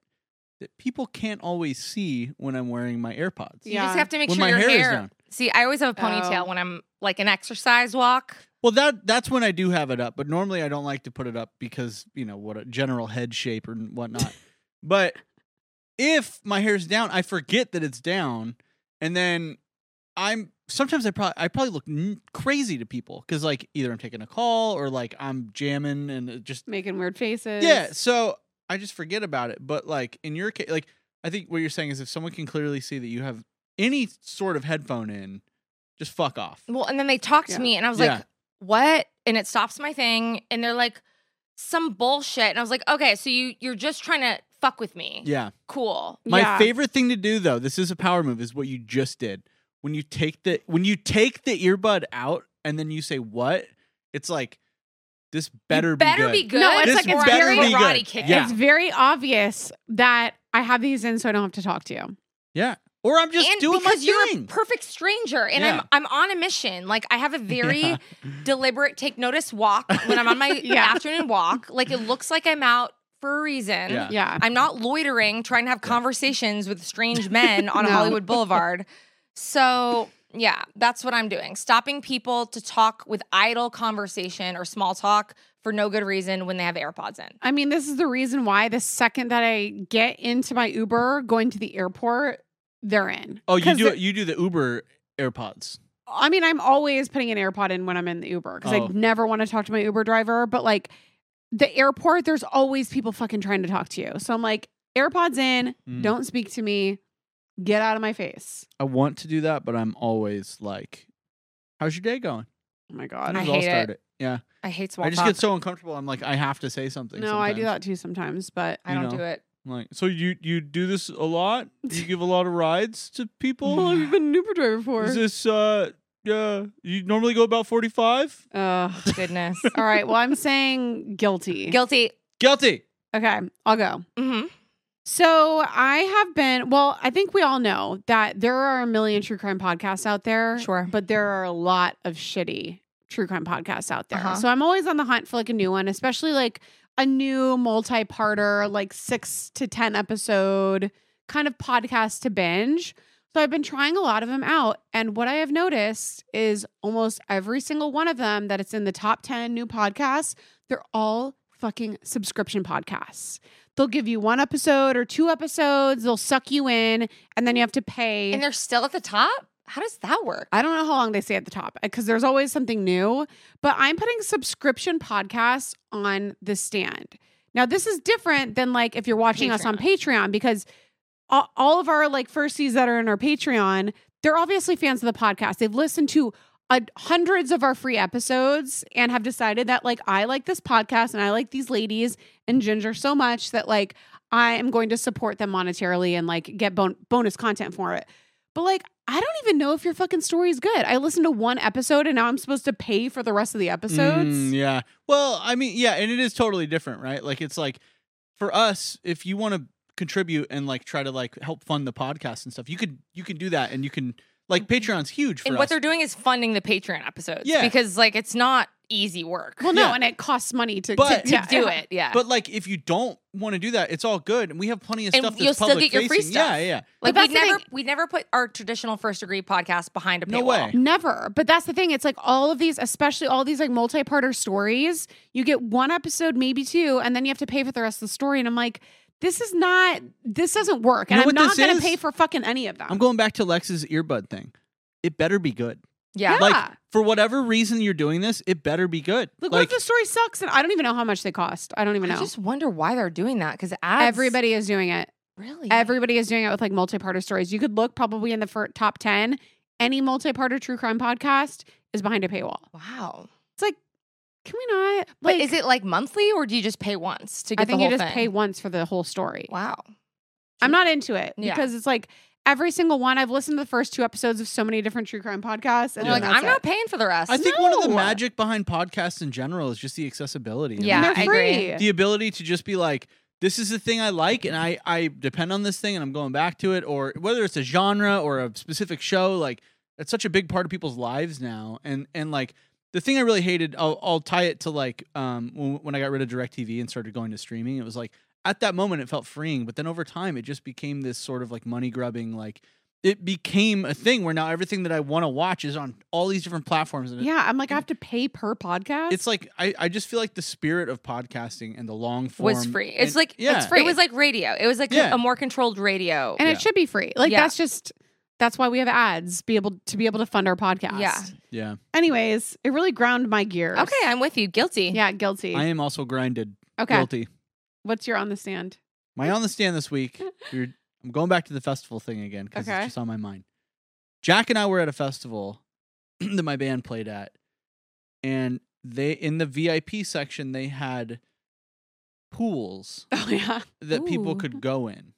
Speaker 2: that people can't always see when I'm wearing my AirPods.
Speaker 1: Yeah.
Speaker 3: You just have to make
Speaker 2: When
Speaker 3: sure
Speaker 2: my
Speaker 3: your
Speaker 2: hair
Speaker 3: hair.
Speaker 2: is down.
Speaker 3: See, I always have a ponytail
Speaker 1: Oh.
Speaker 3: when I'm like an exercise walk.
Speaker 2: Well, that that's when I do have it up, but normally I don't like to put it up because you know what a general head shape and whatnot. but if my hair's down, I forget that it's down, and then I'm sometimes I probably I probably look n- crazy to people because like either I'm taking a call or like I'm jamming and it just
Speaker 1: Making weird faces.
Speaker 2: yeah. So I just forget about it. But like in your case, like I think what you're saying is if someone can clearly see that you have any sort of headphone in, just fuck off.
Speaker 3: Well, and then they talked
Speaker 1: Yeah.
Speaker 3: to me, and I was
Speaker 2: Yeah.
Speaker 3: like, "What?" And it stops my thing, and they're like, "Some bullshit." And I was like, "Okay, so you you're just trying to fuck with me?
Speaker 2: Yeah.
Speaker 3: Cool.
Speaker 2: My
Speaker 1: Yeah.
Speaker 2: favorite thing to do though, this is a power move, is what you just did. When you take the when you take the earbud out and then you say what, it's like this better,
Speaker 3: Better be
Speaker 2: be good.
Speaker 3: good.
Speaker 1: No, it's
Speaker 2: This
Speaker 1: like it's
Speaker 3: or I'm
Speaker 1: very-
Speaker 3: gonna
Speaker 2: better be
Speaker 3: karate
Speaker 2: good.
Speaker 3: kick.
Speaker 2: Yeah.
Speaker 1: It's very obvious that I have these in so I don't have to talk to you.
Speaker 2: Yeah. Or I'm just
Speaker 3: and
Speaker 2: doing my
Speaker 3: because you're a
Speaker 2: thing.
Speaker 3: perfect stranger, and
Speaker 2: Yeah.
Speaker 3: I'm I'm on a mission. Like I have a very
Speaker 2: Yeah.
Speaker 3: deliberate take notice walk when I'm on my
Speaker 1: Yeah.
Speaker 3: afternoon walk. Like it looks like I'm out for a reason.
Speaker 2: Yeah.
Speaker 1: Yeah.
Speaker 3: I'm not loitering trying to have conversations with strange men on
Speaker 1: No.
Speaker 3: Hollywood Boulevard. So, yeah, that's what I'm doing. Stopping people to talk with idle conversation or small talk for no good reason when they have AirPods in.
Speaker 1: I mean, this is the reason why the second that I get into my Uber going to the airport, they're in.
Speaker 2: oh, you
Speaker 1: 'Cause
Speaker 2: do
Speaker 1: they're-
Speaker 2: it you do the Uber AirPods.
Speaker 1: I mean, I'm always putting an AirPod in when I'm in the Uber because
Speaker 2: Oh.
Speaker 1: I never want to talk to my Uber driver. But like the airport, there's always people fucking trying to talk to you. So I'm like, AirPods in,
Speaker 2: Mm.
Speaker 1: don't speak to me, get out of my face.
Speaker 2: I want to do that, but I'm always like, How's your day going?
Speaker 1: Oh my
Speaker 2: How
Speaker 1: God.
Speaker 3: I
Speaker 2: does it all
Speaker 3: hate it.
Speaker 2: start it? Yeah.
Speaker 3: I hate small
Speaker 2: I just
Speaker 3: talk.
Speaker 2: get so uncomfortable. I'm like, I have to say something.
Speaker 1: no, I do
Speaker 2: sometimes.
Speaker 1: that too sometimes, but
Speaker 3: I
Speaker 2: you
Speaker 3: don't
Speaker 2: know.
Speaker 3: do it.
Speaker 2: I'm like, so you you do this a lot? You give a lot of rides to people?
Speaker 1: well, I've been an Uber driver for.
Speaker 2: Is this uh yeah? You normally go about forty five.
Speaker 1: Ugh.
Speaker 3: Goodness.
Speaker 1: all right. Well, I'm saying guilty.
Speaker 3: Guilty.
Speaker 2: Guilty.
Speaker 1: okay, I'll go.
Speaker 3: Mhm.
Speaker 1: So I have been, well, I think we all know that there are a million true crime podcasts out there.
Speaker 3: Sure.
Speaker 1: But there are a lot of shitty true crime podcasts out there.
Speaker 3: Uh-huh.
Speaker 1: So I'm always on the hunt for like a new one, especially like a new multi parter, like six to 10 episode kind of podcast to binge. So I've been trying a lot of them out. And what I have noticed is almost every single one of them that it's in the top 10 new podcasts, they're all fucking subscription podcasts. They'll give you one episode or two episodes, they'll suck you in, and then you have to pay.
Speaker 3: And they're still at the top? How does that work?
Speaker 1: I don't know how long they stay at the top because there's always something new, but I'm putting subscription podcasts on the stand. Now, this is different than like if you're watching us on Patreon because all, all of our like firsties that are in our Patreon, they're obviously fans of the podcast. They've listened to uh, hundreds of our free episodes and have decided that like I like this podcast and I like these ladies and Ginger so much that like I am going to support them monetarily and like get bon- bonus content for it. But like, I don't even know if your fucking story is good. I listened to one episode and now I'm supposed to pay for the rest of the episodes.
Speaker 2: Mm, yeah. Well, I mean, yeah, and it is totally different, right? Like it's like for us, if you want to contribute and like try to like help fund the podcast and stuff, you could you can do that, and you can like Patreon's huge for
Speaker 3: Mm-hmm. And
Speaker 2: us.
Speaker 3: what they're doing is funding the Patreon episodes.
Speaker 2: Yeah.
Speaker 3: Because like it's not easy work.
Speaker 1: Well, no,
Speaker 2: Yeah.
Speaker 1: and it costs money to,
Speaker 2: But-
Speaker 1: to-
Speaker 3: to
Speaker 1: yeah.
Speaker 3: do it. Yeah.
Speaker 2: but like, if you don't want to do that, it's all good, and we have plenty of
Speaker 3: And
Speaker 2: stuff. That's
Speaker 3: you'll still
Speaker 2: public
Speaker 3: get your free
Speaker 2: facing. Yeah,
Speaker 3: stuff.
Speaker 2: yeah.
Speaker 1: But
Speaker 3: like we
Speaker 1: that's the
Speaker 3: never
Speaker 1: thing-
Speaker 3: we never put our traditional first degree podcast behind a paywall.
Speaker 2: No way.
Speaker 1: Never. But that's the thing. It's like all of these, especially all these like multi-parter stories, you get one episode, maybe two, and then you have to pay for the rest of the story. And I'm like, this is not this doesn't work.
Speaker 2: You
Speaker 1: And
Speaker 2: know
Speaker 1: I'm
Speaker 2: what
Speaker 1: not
Speaker 2: this
Speaker 1: gonna
Speaker 2: is?
Speaker 1: pay for fucking any of them.
Speaker 2: I'm going back to Lex's earbud thing. It better be good.
Speaker 3: Yeah.
Speaker 1: Yeah.
Speaker 2: Like for whatever reason you're doing this, it better be good.
Speaker 1: Look, what
Speaker 2: like
Speaker 1: if the story sucks and I don't even know how much they cost. I don't even know.
Speaker 3: I just wonder why they're doing that because
Speaker 1: Everybody is doing it.
Speaker 3: really
Speaker 1: Everybody is doing it with like multi-parter stories. You could look probably in the fir- top 10. Any multi-parter true crime podcast is behind a paywall.
Speaker 3: wow.
Speaker 1: It's like, can we not?
Speaker 3: But
Speaker 1: Like,
Speaker 3: is it like monthly or do you just pay once to get
Speaker 1: I think
Speaker 3: the whole
Speaker 1: you just
Speaker 3: thing?
Speaker 1: pay once for the whole story.
Speaker 3: Wow.
Speaker 1: I'm not into it
Speaker 3: Yeah.
Speaker 1: because it's like every single one. I've listened to the first two episodes of so many different true crime podcasts, and then
Speaker 2: Yeah.
Speaker 3: Like
Speaker 1: that's
Speaker 3: I'm not
Speaker 1: it.
Speaker 3: paying for the rest.
Speaker 2: I think one of the
Speaker 1: No.
Speaker 2: magic behind podcasts in general is just the accessibility. I
Speaker 3: Yeah,
Speaker 1: And
Speaker 2: mean,
Speaker 1: they're
Speaker 3: I
Speaker 1: free.
Speaker 3: agree.
Speaker 2: the ability to just be like, this is the thing I like and I I depend on this thing and I'm going back to it or whether it's a genre or a specific show like that's such a big part of people's lives now and and like the thing I really hated I'll, I'll tie it to like um when, when I got rid of DirecTV and started going to streaming it was like at that moment it felt freeing but then over time it just became this sort of like money grubbing like it became a thing where now everything that I want to watch is on all these different platforms and it-
Speaker 1: Yeah, I'm like, I have to pay per podcast.
Speaker 2: it's like I, I just feel like the spirit of podcasting and the long form
Speaker 8: was free. It's
Speaker 2: and-
Speaker 8: like
Speaker 2: yeah,
Speaker 8: it's free. It was like radio. It was like
Speaker 2: Yeah.
Speaker 8: a more controlled radio.
Speaker 1: and
Speaker 2: yeah.
Speaker 1: it should be free. Like
Speaker 8: Yeah.
Speaker 1: that's just that's why we have ads be able to be able to fund our podcast.
Speaker 8: Yeah.
Speaker 2: yeah.
Speaker 1: Anyways, it really ground my gears.
Speaker 8: okay, I'm with you. Guilty.
Speaker 1: yeah, guilty.
Speaker 2: I am also grinded
Speaker 1: okay.
Speaker 2: guilty.
Speaker 1: What's your on the stand?
Speaker 2: My on the stand this week. we were- I'm going back to the festival thing again because
Speaker 1: Okay.
Speaker 2: it's just on my mind. Jack and I were at a festival that my band played at, and they in the VIP section they had pools
Speaker 1: Oh yeah.
Speaker 2: that people
Speaker 8: Ooh.
Speaker 2: could go in.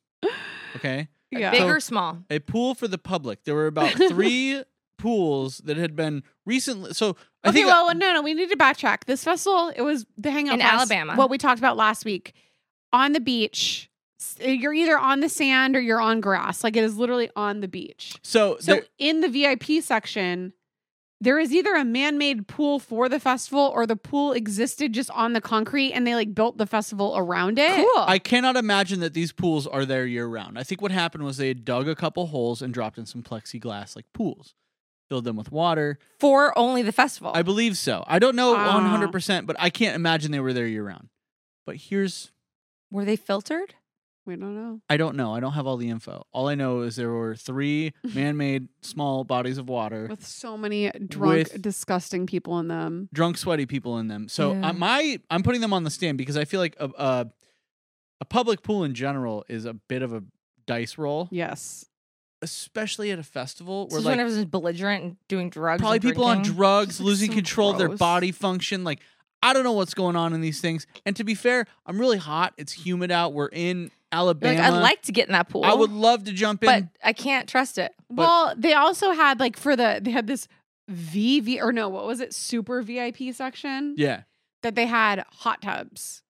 Speaker 2: Okay,
Speaker 1: Yeah.
Speaker 8: Big
Speaker 2: So-
Speaker 8: or small?
Speaker 2: a pool for the public. There were about three pools that had been recently. So I
Speaker 1: okay,
Speaker 2: think
Speaker 1: well, no, no, we need to backtrack. This festival, it was the hangout
Speaker 8: In
Speaker 1: Fest,
Speaker 8: Alabama.
Speaker 1: What we talked about last week on the beach. S- You're either on the sand or you're on grass. Like it is literally on the beach.
Speaker 2: so
Speaker 1: So
Speaker 2: there-
Speaker 1: in the VIP section, there is either a man-made pool for the festival or the pool existed just on the concrete and they like built the festival around it.
Speaker 8: Cool.
Speaker 2: I cannot imagine that these pools are there year round. I think what happened was they had dug a couple holes and dropped in some plexiglass like pools, filled them with water.
Speaker 8: For only the
Speaker 1: Oh.
Speaker 8: festival.
Speaker 2: I believe so. I don't know
Speaker 1: Ah.
Speaker 2: 100%, but I can't imagine they were there year round. But here's
Speaker 8: Were they filtered?
Speaker 1: We don't know.
Speaker 2: I don't know. I don't have all the info. All I know is there were three man-made small bodies of water,
Speaker 1: With so many drunk,
Speaker 2: With-
Speaker 1: disgusting people in them.
Speaker 2: drunk, sweaty people in them. So
Speaker 8: Yeah.
Speaker 2: uh, my I'm putting them on the stand because I feel like a, a a public pool in general is a bit of a dice roll,
Speaker 1: Yes.
Speaker 2: especially at a festival
Speaker 8: This
Speaker 2: where
Speaker 8: is
Speaker 2: like
Speaker 8: when everyone's belligerent and doing drugs.
Speaker 2: probably
Speaker 8: and
Speaker 2: people on
Speaker 8: drinking.
Speaker 2: drugs
Speaker 1: It's, like,
Speaker 2: losing
Speaker 1: so
Speaker 2: control of their
Speaker 1: gross.
Speaker 2: body function like i don't know what's going on in these things and to be fair i'm really hot it's humid out we're in
Speaker 8: You're
Speaker 2: alabama
Speaker 8: Like, I'd like to get in that pool.
Speaker 2: I would love to jump
Speaker 8: but
Speaker 2: in
Speaker 8: I can't trust it.
Speaker 2: But-
Speaker 1: well, they also had like for the they had this VV or no, what was it? Super VIP section
Speaker 2: yeah
Speaker 1: that they had hot tubs.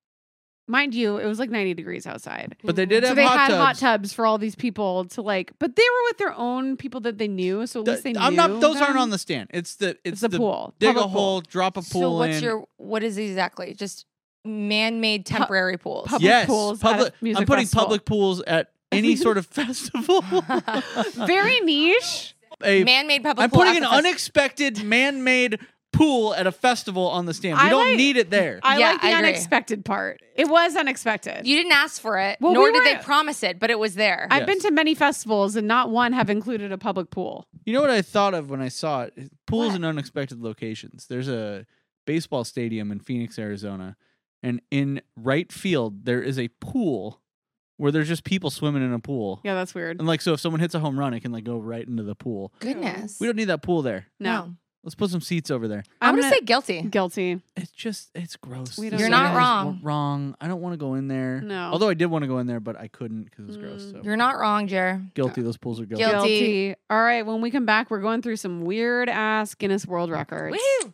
Speaker 1: Mind you, it was like 90 degrees outside.
Speaker 2: but they did
Speaker 1: So
Speaker 2: have
Speaker 1: they
Speaker 2: hot
Speaker 1: had
Speaker 2: tubs.
Speaker 1: hot tubs for all these people to like, but they were with their own people that they knew, so at
Speaker 2: Th-
Speaker 1: least they
Speaker 2: i'm
Speaker 1: knew.
Speaker 2: not those
Speaker 1: them.
Speaker 2: aren't on the stand it's the
Speaker 1: It's
Speaker 2: it's,
Speaker 1: the, pool.
Speaker 2: dig a
Speaker 1: public pool.
Speaker 2: hole drop a pool
Speaker 8: So what's
Speaker 2: in.
Speaker 8: your what is it exactly? Just man-made temporary pools.
Speaker 1: public
Speaker 2: yes
Speaker 1: pools at a
Speaker 2: public i'm
Speaker 1: music
Speaker 2: putting
Speaker 1: festival.
Speaker 2: public pools at any sort of festival
Speaker 1: Very niche.
Speaker 2: a,
Speaker 8: man-made public
Speaker 2: i'm
Speaker 8: pool.
Speaker 2: putting an
Speaker 8: at the fest-
Speaker 2: unexpected man-made pool at a festival on the stand we
Speaker 1: I
Speaker 2: don't
Speaker 1: like-
Speaker 2: need it there
Speaker 1: I
Speaker 8: Yeah,
Speaker 1: like the
Speaker 8: I agree.
Speaker 1: unexpected part. It was unexpected.
Speaker 8: You didn't ask for it,
Speaker 1: Well,
Speaker 8: nor
Speaker 1: we
Speaker 8: did they
Speaker 1: were-
Speaker 8: promise it, but it was there.
Speaker 1: I've been
Speaker 2: Yes.
Speaker 1: to many festivals and not one have included a public pool.
Speaker 2: You know what I thought of when I saw it? Pools
Speaker 8: What?
Speaker 2: in unexpected locations. There's a baseball stadium in Phoenix, Arizona, and in right field there is a pool where there's just people swimming in a pool.
Speaker 1: Yeah, that's weird.
Speaker 2: And like so if someone hits a home run, it can like go right into the pool.
Speaker 8: Goodness.
Speaker 2: We don't need that pool there.
Speaker 1: No.
Speaker 2: Let's put some seats over there.
Speaker 8: I'm,
Speaker 1: I'm
Speaker 8: gonna,
Speaker 1: gonna-
Speaker 8: say guilty.
Speaker 1: Guilty.
Speaker 2: It's just it's gross.
Speaker 1: We
Speaker 2: The
Speaker 1: don't You're
Speaker 2: sand
Speaker 1: not
Speaker 2: is
Speaker 8: wrong.
Speaker 2: wa- Wrong. I don't want to go in there.
Speaker 1: No.
Speaker 2: Although I did want to go in there, but I couldn't because it was gross.
Speaker 1: Mm.
Speaker 2: So
Speaker 8: You're not wrong, Jer.
Speaker 2: guilty. Those pools are guilty.
Speaker 8: Guilty.
Speaker 1: All right, when we come back, we're going through some weird ass Guinness World Records.
Speaker 8: Woo!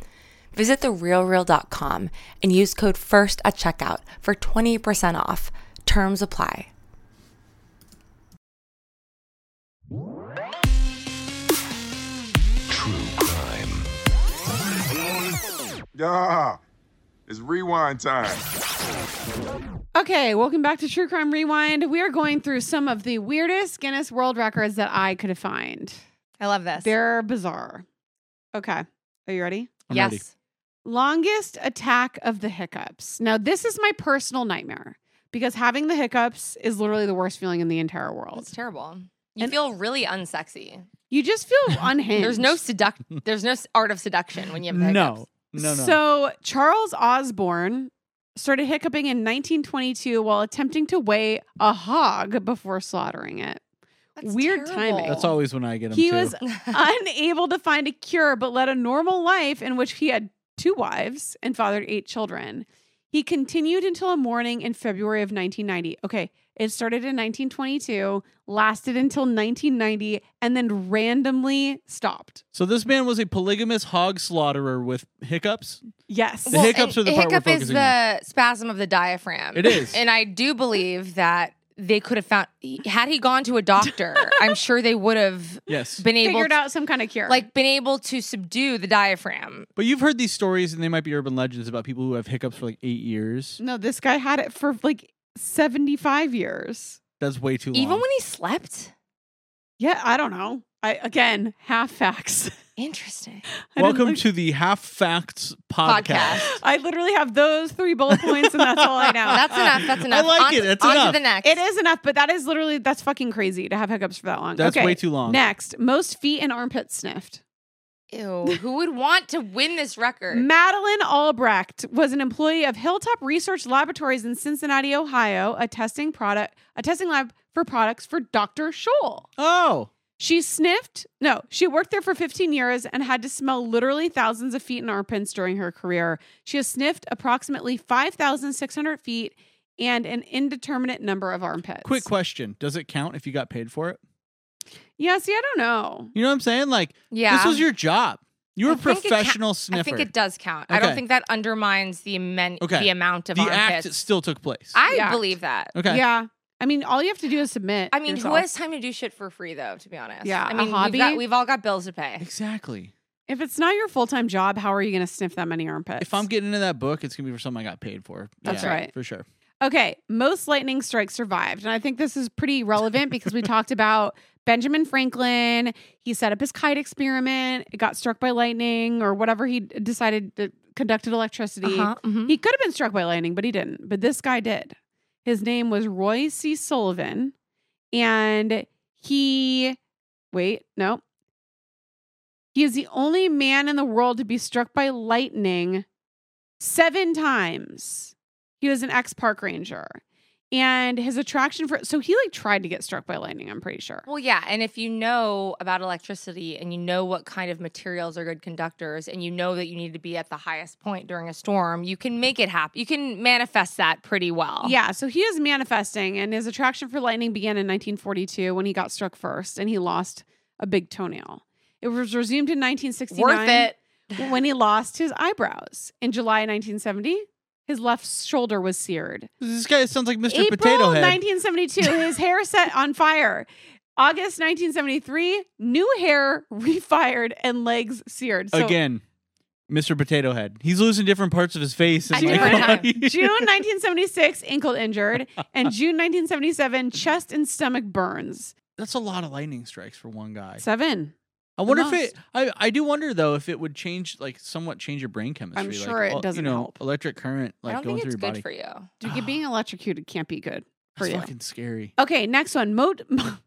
Speaker 3: Visit therealreal.com and use code FIRST at checkout for 20% off. Terms apply.
Speaker 7: Yeah, it's rewind time.
Speaker 1: Okay, welcome back to True Crime Rewind. We are going through some of the weirdest Guinness World Records that I could find.
Speaker 9: I love this.
Speaker 1: They're bizarre. Okay, are you ready?
Speaker 2: I'm
Speaker 9: yes.
Speaker 2: ready.
Speaker 1: Longest attack of the hiccups. Now, this is my personal nightmare because having the hiccups is literally the worst feeling in the entire world.
Speaker 9: It's terrible. You
Speaker 1: And-
Speaker 9: feel really unsexy.
Speaker 1: You just feel unhinged.
Speaker 9: There's no seduct. There's no s- art of seduction when you have the
Speaker 2: No,
Speaker 9: hiccups.
Speaker 2: no, no.
Speaker 1: So Charles Osborne started hiccuping in 1922 while attempting to weigh a hog before slaughtering it.
Speaker 9: That's
Speaker 1: Weird
Speaker 9: terrible.
Speaker 1: timing.
Speaker 2: That's always when I get him.
Speaker 1: He
Speaker 2: too.
Speaker 1: was unable to find a cure, but led a normal life in which he had two wives and fathered eight children. He continued until a morning in February of 1990. Okay, it started in 1922, lasted until 1990, and then randomly stopped.
Speaker 2: So this man was a polygamous hog slaughterer with hiccups.
Speaker 1: Yes.
Speaker 2: The hiccups
Speaker 9: and
Speaker 2: are the part we're
Speaker 9: hiccup is
Speaker 2: focusing
Speaker 9: the spasm of the diaphragm.
Speaker 2: It is.
Speaker 9: and I do believe that they could have found had he gone to a doctor. I'm sure they would have
Speaker 2: Yes.
Speaker 9: been able
Speaker 1: figured
Speaker 9: to,
Speaker 1: out some kind of cure.
Speaker 9: like been able to subdue the diaphragm.
Speaker 2: But you've heard these stories, and they might be urban legends about people who have hiccups for like eight years.
Speaker 1: No, this guy had it for like 75 years.
Speaker 2: That's way too long.
Speaker 9: Even when he slept.
Speaker 1: Yeah, I don't know. I again, half facts.
Speaker 9: Interesting.
Speaker 1: I didn't
Speaker 2: Welcome
Speaker 1: look-
Speaker 2: to the Half Facts podcast.
Speaker 9: Podcast.
Speaker 1: I literally have those three bullet points and that's all I know.
Speaker 9: That's enough. That's enough.
Speaker 2: like
Speaker 9: on
Speaker 2: it. That's
Speaker 9: on
Speaker 2: enough.
Speaker 9: to the next.
Speaker 1: it is enough, but that is literally that's fucking crazy to have hiccups for that long.
Speaker 2: That's
Speaker 1: okay.
Speaker 2: way too long.
Speaker 1: Next, most feet and armpits sniffed.
Speaker 9: Ew. Who would want to win this record?
Speaker 1: Madeline Albrecht was an employee of Hilltop Research Laboratories in Cincinnati, Ohio, a testing product a testing lab for products for Dr. Scholl.
Speaker 2: Oh,
Speaker 1: She sniffed. No, she worked there for 15 years and had to smell literally thousands of feet and armpits during her career. She has sniffed approximately 5,600 feet and an indeterminate number of armpits.
Speaker 2: quick question: Does it count if you got paid for it?
Speaker 1: Yeah, see, I don't know.
Speaker 2: You know what I'm saying? Like,
Speaker 9: yeah.
Speaker 2: this was your job. You were
Speaker 9: I
Speaker 2: a
Speaker 9: think it ca-
Speaker 2: professional sniffer.
Speaker 9: I think it does count. I don't
Speaker 2: Okay.
Speaker 9: think that undermines the amen-
Speaker 2: Okay.
Speaker 9: the amount of
Speaker 2: The
Speaker 9: armpits.
Speaker 2: act still took place.
Speaker 9: I
Speaker 1: Yeah.
Speaker 9: believe that.
Speaker 2: okay.
Speaker 1: Yeah. I mean, all you have to do is submit.
Speaker 9: I mean,
Speaker 1: yourself.
Speaker 9: who has time to do shit for free though? To be honest,
Speaker 1: Yeah,
Speaker 9: I
Speaker 1: a
Speaker 9: mean,
Speaker 1: hobby?
Speaker 9: We've, got, we've all got bills to pay.
Speaker 2: Exactly.
Speaker 1: If it's not your full time job, how are you going to sniff that many armpits?
Speaker 2: If I'm getting into that book, it's gonna be for something I got paid for.
Speaker 1: That's
Speaker 2: Yeah,
Speaker 1: right.
Speaker 2: for sure.
Speaker 1: Okay, most lightning strikes survived. And I think this is pretty relevant because we talked about Benjamin Franklin. He set up his kite experiment, it got struck by lightning or whatever he d- decided that conducted electricity.
Speaker 9: Uh-huh, mhm.
Speaker 1: He could have been struck by lightning, but he didn't. But this guy did. His name was Roy C. Sullivan. And he, wait, no. He is the only man in the world to be struck by lightning seven times. He was an ex park ranger. And his attraction for, so he like tried to get struck by lightning, I'm pretty sure.
Speaker 9: Well, yeah, and if you know about electricity and you know what kind of materials are good conductors and you know that you need to be at the highest point during a storm, you can make it happen. You can manifest that pretty well.
Speaker 1: Yeah, so he is manifesting, and his attraction for lightning began in 1942 when he got struck first and he lost a big toenail. It was resumed in 1969
Speaker 9: worth it.
Speaker 1: when he lost his eyebrows. In July 1970, his left shoulder was seared.
Speaker 2: This guy sounds like Mr.
Speaker 1: April
Speaker 2: Potato Head.
Speaker 1: 1972, his hair set on fire. August 1973, new hair refired and legs seared. So
Speaker 2: Again, Mr. Potato Head. He's losing different parts of his face. as
Speaker 9: At
Speaker 2: he
Speaker 9: different
Speaker 2: goes.
Speaker 9: times.
Speaker 1: June 1976, ankle injured, and June 1977, chest and stomach burns.
Speaker 2: That's a lot of lightning strikes for one guy.
Speaker 1: Seven.
Speaker 2: I wonder
Speaker 1: the
Speaker 2: if it. I, I do wonder though if it would change like somewhat change your brain chemistry. like,
Speaker 1: sure it
Speaker 2: all- you
Speaker 1: doesn't
Speaker 2: know,
Speaker 1: help.
Speaker 2: Electric current
Speaker 9: I
Speaker 2: like
Speaker 9: don't
Speaker 2: going
Speaker 9: think it's
Speaker 2: through your body.
Speaker 9: good for you.
Speaker 1: Dude, you being electrocuted can't be good for
Speaker 2: That's
Speaker 1: you.
Speaker 2: fucking scary.
Speaker 1: Okay, next one. Mo-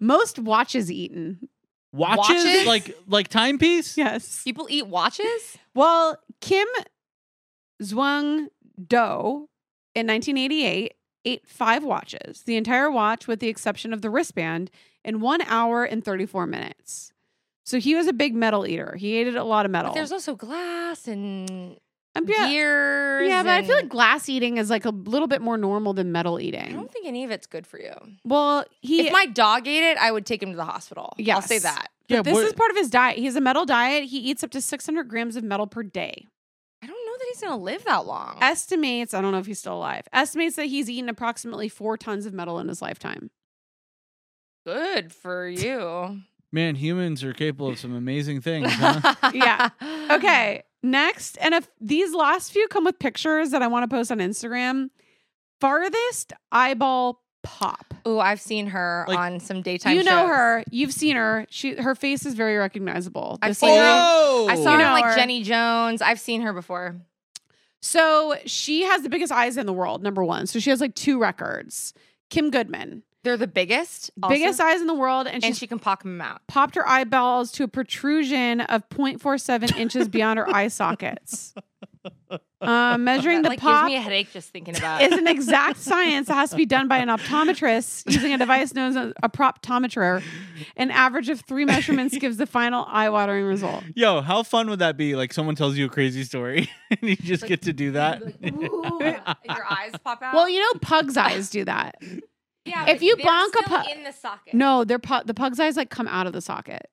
Speaker 1: most watches eaten.
Speaker 2: Watches,
Speaker 9: Watches?
Speaker 2: like like timepiece.
Speaker 1: Yes.
Speaker 9: People eat watches?
Speaker 1: Well, Kim Zwang Do in 1988 ate five watches, the entire watch with the exception of the wristband, in one hour and 34 minutes. So he was a big metal eater. He ate a lot of metal.
Speaker 9: But there's also glass and
Speaker 1: Um, yeah,
Speaker 9: gears.
Speaker 1: yeah, but I feel
Speaker 9: and-
Speaker 1: like glass eating is like a little bit more normal than metal
Speaker 9: I
Speaker 1: eating.
Speaker 9: don't think any of it's good for you.
Speaker 1: Well, he
Speaker 9: if my dog ate it, I would take him to the hospital. I'll say
Speaker 1: Yes.
Speaker 9: that.
Speaker 2: yeah.
Speaker 1: this
Speaker 2: what-
Speaker 1: is part of his diet. He has a metal diet. He eats up to 600 grams of metal per day.
Speaker 9: I don't know that he's gonna live that long.
Speaker 1: estimates i don't know if he's still alive estimates that he's eaten approximately four tons of metal in his lifetime
Speaker 9: good for you.
Speaker 2: man, humans are capable of some amazing things. Huh?
Speaker 1: Yeah. okay next and if these last few come with pictures that i want to post on instagram farthest eyeball pop
Speaker 9: Ooh, I've seen her
Speaker 2: Like-
Speaker 9: on some daytime.
Speaker 1: you know
Speaker 9: shows.
Speaker 1: her you've seen her she her face is very recognizable
Speaker 9: I've
Speaker 1: This
Speaker 9: seen her.
Speaker 1: lady-
Speaker 2: oh,
Speaker 9: I saw
Speaker 1: You
Speaker 9: her
Speaker 1: know
Speaker 9: on, like
Speaker 1: her.
Speaker 9: Jenny Jones. I've seen her before.
Speaker 1: so she has the biggest eyes in the world number one so she has like two records kim goodman
Speaker 9: They're the biggest, also.
Speaker 1: biggest eyes in the world and she's
Speaker 9: and she can pop them out.
Speaker 1: popped her eyeballs to a protrusion of 0.47 inches beyond her eye sockets. Uh, measuring
Speaker 9: That,
Speaker 1: the
Speaker 9: like
Speaker 1: pop
Speaker 9: gives me a headache just thinking about
Speaker 1: is
Speaker 9: it.
Speaker 1: an exact science that has to be done by an optometrist using a device known as a proptometer. An average of three measurements gives the final eye-watering result.
Speaker 2: Yo, how fun would that be? Like someone tells you a crazy story and you just get to do that.
Speaker 9: Ooh, your eyes pop out.
Speaker 1: Well, you know, pug's eyes do that.
Speaker 9: yeah,
Speaker 1: if
Speaker 9: but
Speaker 1: you
Speaker 9: they're
Speaker 1: bonk a
Speaker 9: still
Speaker 1: pu-
Speaker 9: in the socket.
Speaker 1: No, they're pu- the pug's eyes like come out of the socket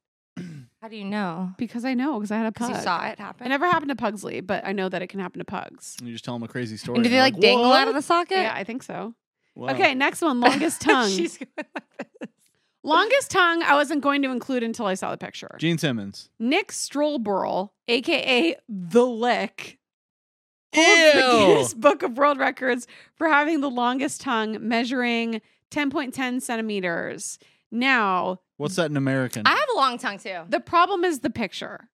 Speaker 9: How do you know?
Speaker 1: because I know because I had a
Speaker 9: Because
Speaker 1: pug.
Speaker 9: you saw it happen.
Speaker 1: It never happened to Pugsley, but I know that it can happen to pugs.
Speaker 2: You just tell them a crazy story.
Speaker 9: and do they
Speaker 2: they're
Speaker 9: like dangle
Speaker 2: "What?"
Speaker 9: out of the socket?
Speaker 1: Yeah, I think so.
Speaker 2: Wow.
Speaker 1: Okay, next one, longest tongue.
Speaker 9: She's going like this.
Speaker 1: Longest tongue, I wasn't going to include until I saw the picture.
Speaker 2: Gene Simmons.
Speaker 1: Nick Strollburl, aka The Lick, holds the
Speaker 2: Ew.
Speaker 1: Guinness Book of World Records for having the longest tongue, measuring 10.10 centimeters. Now,
Speaker 2: What's that in American?
Speaker 9: I have a long tongue too.
Speaker 1: the problem is the picture.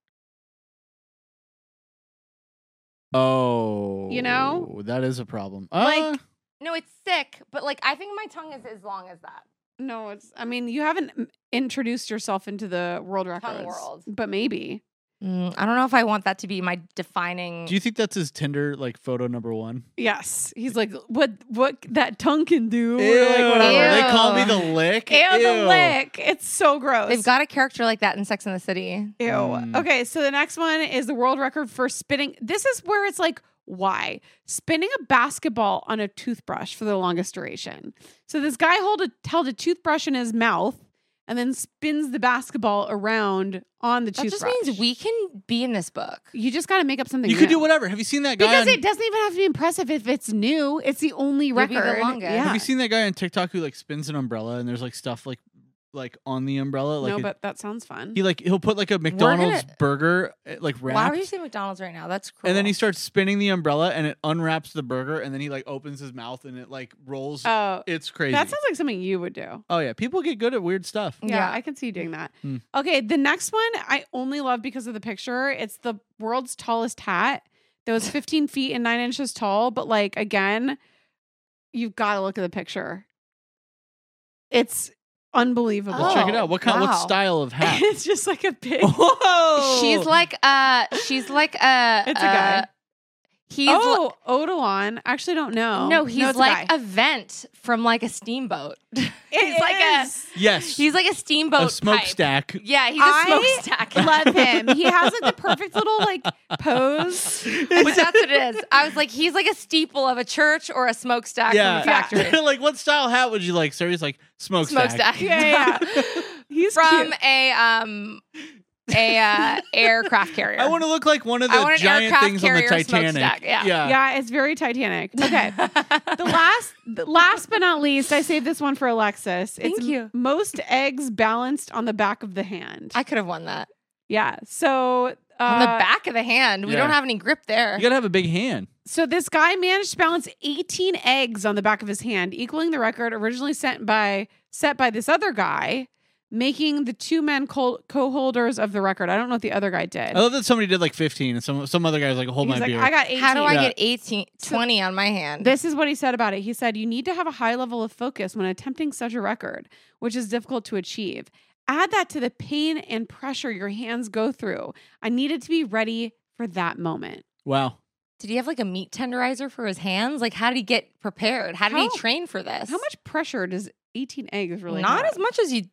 Speaker 2: oh,
Speaker 1: You know?
Speaker 2: that is a problem.
Speaker 1: Like-
Speaker 2: Uh,
Speaker 9: No, it's sick, but like I think my tongue is as long as that.
Speaker 1: No, it's, I mean, you haven't m- introduced yourself into the world records.
Speaker 9: world. Mm,
Speaker 1: But maybe.
Speaker 9: I don't know if I want that to be my defining.
Speaker 2: do you think that's his Tinder like photo number one?
Speaker 1: Yes. He's like, what what that tongue can do. or,
Speaker 2: Ew.
Speaker 1: like, whatever.
Speaker 2: They call me
Speaker 9: Ew.
Speaker 2: the lick.
Speaker 1: Ew, the
Speaker 2: Ew.
Speaker 1: lick. It's so gross.
Speaker 9: They've got a character like that in Sex and the City.
Speaker 1: Ew.
Speaker 2: Mm.
Speaker 1: Okay, so the next one is the world record for spinning. This is where it's like, why? Spinning a basketball on a toothbrush for the longest duration. So this guy hold a, held a toothbrush in his mouth and then spins the basketball around on the
Speaker 9: That
Speaker 1: toothbrush.
Speaker 9: just means we can be in this book.
Speaker 1: You just got to make up something
Speaker 2: You could
Speaker 1: new.
Speaker 2: do whatever. Have you seen that guy?
Speaker 1: Because
Speaker 2: on,
Speaker 1: it doesn't even have to be impressive if it's new. It's the only
Speaker 9: It'll be
Speaker 1: record.
Speaker 9: the longest.
Speaker 1: Yeah.
Speaker 2: Have you seen that guy on TikTok who like spins an umbrella and there's like stuff like like on the umbrella? Like
Speaker 1: no,
Speaker 2: it-
Speaker 1: but that sounds fun.
Speaker 2: he like he'll put like a McDonald's
Speaker 9: gonna-
Speaker 2: burger eh, like wrapped.
Speaker 9: Why are you saying McDonald's right now? That's cruel.
Speaker 2: And then he starts spinning the umbrella and it unwraps the burger and then he like opens his mouth and it like rolls.
Speaker 1: oh,
Speaker 2: it's crazy.
Speaker 1: that sounds like something you would do.
Speaker 2: oh yeah, people get good at weird stuff.
Speaker 1: Yeah,
Speaker 9: Yeah.
Speaker 1: I can see you doing that.
Speaker 2: Hmm.
Speaker 1: Okay, the next one I only love because of the picture. It's the world's tallest hat that was 15 feet and nine inches tall, but like again, you've got to look at the picture. It's unbelievable. Oh,
Speaker 2: Let's check it
Speaker 9: Oh,
Speaker 2: out. What kind? What
Speaker 9: wow.
Speaker 2: style of hat?
Speaker 1: it's just like a big.
Speaker 10: Whoa.
Speaker 2: Oh.
Speaker 9: She's like uh she's like uh
Speaker 1: It's a guy.
Speaker 9: uh, He's li-
Speaker 1: oh, Odilon. Actually, don't know.
Speaker 9: no, he's
Speaker 1: it's
Speaker 9: like
Speaker 1: guy.
Speaker 9: a, vent from like a steamboat. he's like
Speaker 1: is.
Speaker 9: a
Speaker 2: yes,
Speaker 9: he's like a steamboat
Speaker 2: a
Speaker 9: pipe.
Speaker 2: smokestack.
Speaker 9: Yeah, he's a
Speaker 1: I
Speaker 9: smokestack.
Speaker 1: Love him. He has like the perfect little like pose.
Speaker 9: but that's what it is. I was like, he's like a steeple of a church or a smokestack
Speaker 2: Yeah,
Speaker 9: from a factory.
Speaker 2: like what style hat would you like, sir? He's like smokestack.
Speaker 9: Smokestack.
Speaker 1: Yeah, yeah. He's
Speaker 9: from
Speaker 1: cute.
Speaker 9: a um a uh, aircraft carrier.
Speaker 2: I want to look like one of
Speaker 9: I want
Speaker 2: the
Speaker 9: an
Speaker 2: giant
Speaker 9: aircraft
Speaker 2: things on the
Speaker 9: carrier
Speaker 2: Titanic.
Speaker 9: smokestack, yeah.
Speaker 1: Yeah, it's very Titanic. Okay. the last the last but not least, I saved this one for Alexis. It's
Speaker 9: Thank you.
Speaker 1: Most eggs balanced on the back of the hand.
Speaker 9: I could have won that
Speaker 1: yeah. So uh,
Speaker 9: on the back of the hand. We
Speaker 2: yeah.
Speaker 9: don't have any grip there.
Speaker 2: You gotta have a big hand.
Speaker 1: So this guy managed to balance 18 eggs on the back of his hand, equaling the record originally sent by set by this other guy, making the two men co- co-holders of the record. I don't know what the other guy did.
Speaker 2: I love that somebody did like 15, and some some other guy's like, "Hold
Speaker 1: He's
Speaker 2: Oh, my
Speaker 1: like,
Speaker 2: beer."
Speaker 1: I got 18.
Speaker 9: How do I
Speaker 2: Yeah.
Speaker 9: get 18, 20 on my hand?
Speaker 1: This is what he said about it. He said, You need to have a high level of focus when attempting such a record, which is difficult to achieve. Add that to the pain and pressure your hands go through. I needed to be ready for that moment.
Speaker 2: wow.
Speaker 9: did he have like a meat tenderizer for his hands? Like, how did he get prepared? How did
Speaker 1: How-
Speaker 9: he train for this?
Speaker 1: How much pressure does 18 eggs really
Speaker 9: Not
Speaker 1: have?
Speaker 9: as much as you.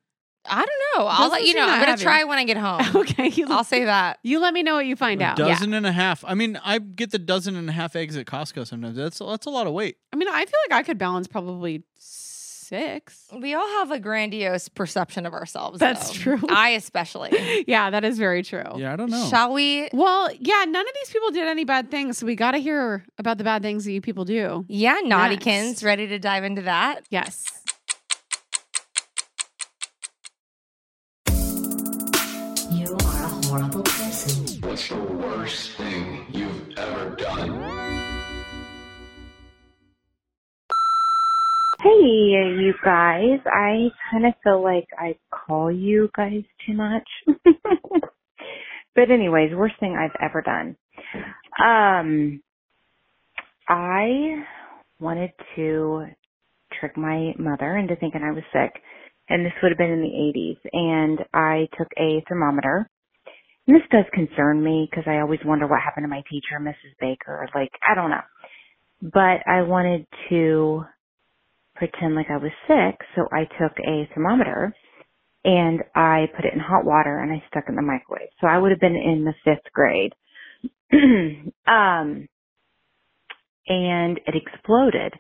Speaker 9: I don't know. I'll let
Speaker 1: Doesn't
Speaker 9: you know.
Speaker 1: seem that
Speaker 9: I'm gonna
Speaker 1: heavy.
Speaker 9: try when I get home.
Speaker 1: Okay. You,
Speaker 9: I'll say that.
Speaker 1: you let me know what you find
Speaker 2: A
Speaker 1: out. Yeah.
Speaker 2: dozen and a half. I mean, I get the dozen and a half eggs at Costco sometimes. That's that's a lot of weight.
Speaker 1: I mean, I feel like I could balance probably six.
Speaker 9: We all have a grandiose perception of ourselves.
Speaker 1: That's
Speaker 9: though.
Speaker 1: true.
Speaker 9: I especially.
Speaker 1: Yeah, that is very true.
Speaker 2: Yeah, I don't know.
Speaker 9: Oh, Shall we?
Speaker 1: Well, yeah, none of these people did any bad things, so we got to hear about the bad things that you people do.
Speaker 9: Yeah,
Speaker 1: Next.
Speaker 9: Naughtykins, ready to dive into that?
Speaker 1: Yes.
Speaker 11: What's the worst thing you've ever done?
Speaker 7: Hey, you guys. I kind of feel like I call you guys too much. but anyways, worst thing I've ever done. Um, I wanted to trick my mother into thinking I was sick. And this would have been in the 80s. And I took a thermometer. And this does concern me because I always wonder what happened to my teacher, Mrs. Baker. Like, I don't know. But I wanted to pretend like I was sick, so I took a thermometer and I put it in hot water and I stuck it in the microwave. So I would have been in the fifth grade. um, and it exploded.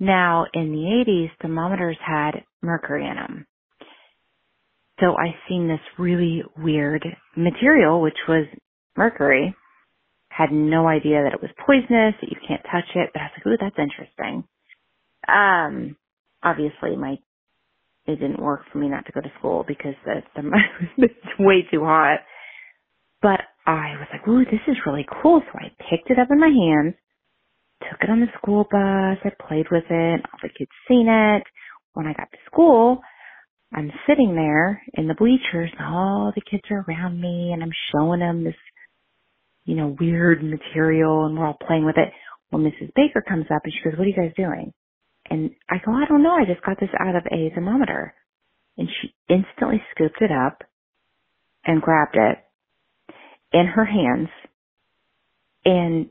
Speaker 7: Now, in the 80s, thermometers had mercury in them. So I seen this really weird material, which was mercury. Had no idea that it was poisonous, that you can't touch it, but I was like, ooh, that's interesting um obviously my it didn't work for me not to go to school because the the it's way too hot but i was like ooh this is really cool so i picked it up in my hands took it on the school bus i played with it all the kids seen it when i got to school i'm sitting there in the bleachers and all the kids are around me and i'm showing them this you know weird material and we're all playing with it well mrs baker comes up and she goes what are you guys doing and I go, I don't know. I just got this out of a thermometer. And she instantly scooped it up and grabbed it in her hands. And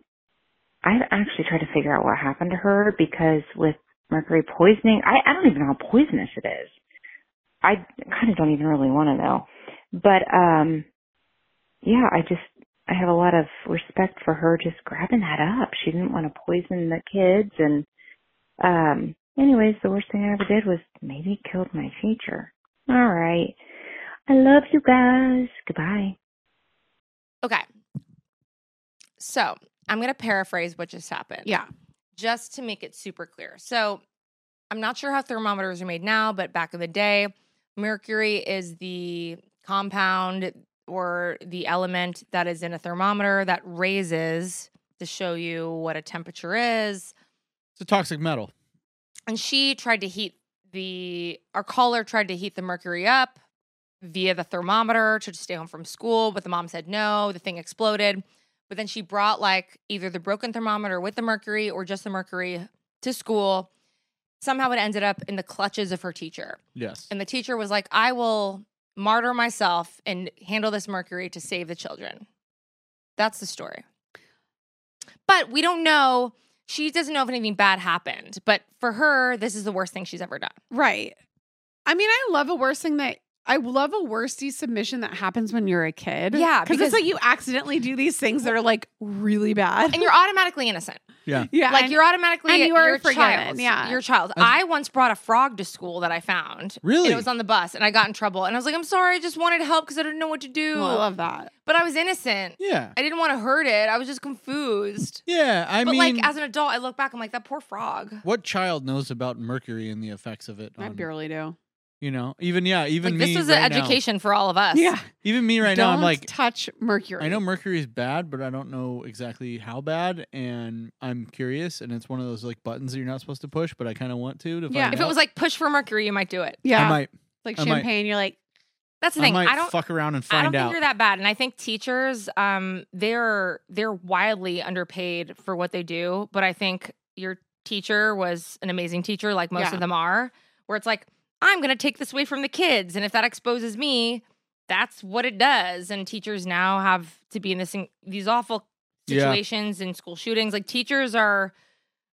Speaker 7: I actually tried to figure out what happened to her because with mercury poisoning, I, I don't even know how poisonous it is. I kind of don't even really want to know. But, um, yeah, I just, I have a lot of respect for her just grabbing that up. She didn't want to poison the kids and, um, anyways, the worst thing I ever did was maybe killed my teacher. All right. I love you guys. Goodbye.
Speaker 9: Okay. So I'm going to paraphrase what just happened.
Speaker 1: Yeah.
Speaker 9: Just to make it super clear. So I'm not sure how thermometers are made now, but back in the day, mercury is the compound or the element that is in a thermometer that raises to show you what a temperature is.
Speaker 2: It's a toxic metal.
Speaker 9: And she tried to heat the, our caller tried to heat the mercury up via the thermometer to stay home from school, but the mom said no. The thing exploded. But then she brought like either the broken thermometer with the mercury or just the mercury to school. somehow it ended up in the clutches of her teacher.
Speaker 2: Yes.
Speaker 9: And the teacher was like, I will martyr myself and handle this mercury to save the children. That's the story. But we don't know. She doesn't know if anything bad happened. But for her, this is the worst thing she's ever done.
Speaker 3: Right. I mean, I love a worst thing that I love a worsty submission that happens when you're a kid.
Speaker 9: Yeah,
Speaker 3: Because
Speaker 9: because-
Speaker 3: it's like you accidentally do these things that are like really bad.
Speaker 9: And you're automatically innocent.
Speaker 3: yeah.
Speaker 9: Like
Speaker 3: and-
Speaker 9: you're automatically
Speaker 3: and you are
Speaker 9: your
Speaker 3: forgiven,
Speaker 9: child.
Speaker 3: yeah.
Speaker 9: Your child. I once brought a frog to school that I found.
Speaker 2: Really?
Speaker 9: And it was on the bus and I got in trouble. And I was like, I'm sorry, I just wanted help because I didn't know what to do.
Speaker 3: Oh, I love that.
Speaker 9: but I was innocent.
Speaker 2: Yeah.
Speaker 9: I didn't want to hurt it. I was just confused.
Speaker 2: Yeah. I
Speaker 9: but
Speaker 2: mean, Um,
Speaker 9: like as an adult, I look back, I'm like, that poor frog.
Speaker 2: what child knows about mercury and the effects of it?
Speaker 3: I
Speaker 2: on-
Speaker 3: barely do.
Speaker 2: You know, even yeah, even
Speaker 9: Like
Speaker 2: me
Speaker 9: this was
Speaker 2: right
Speaker 9: an
Speaker 2: now-
Speaker 9: education for all of us.
Speaker 3: Yeah.
Speaker 2: Even me right now, I'm
Speaker 3: Don't
Speaker 2: like,
Speaker 3: touch Mercury.
Speaker 2: I know mercury is bad, but I don't know exactly how bad, and I'm curious. And it's one of those like buttons that you're not supposed to push, but I kind of want to. to
Speaker 3: Yeah.
Speaker 2: find
Speaker 9: If it
Speaker 2: out.
Speaker 9: was like push for mercury, you might do it.
Speaker 3: Yeah.
Speaker 2: I might,
Speaker 3: like
Speaker 2: I might.
Speaker 3: champagne, you're like,
Speaker 9: That's the
Speaker 2: I
Speaker 9: thing.
Speaker 2: might
Speaker 9: I don't
Speaker 2: fuck around and
Speaker 9: I
Speaker 2: find
Speaker 9: don't think
Speaker 2: out.
Speaker 9: you're that bad. And I think teachers, um, they're they're wildly underpaid for what they do. But I think your teacher was an amazing teacher, like most
Speaker 3: Yeah.
Speaker 9: of them are, where it's like, I'm gonna take this away from the kids. And if that exposes me, that's what it does. And teachers now have to be in this in- these awful
Speaker 2: Yeah.
Speaker 9: situations and school shootings. Like teachers are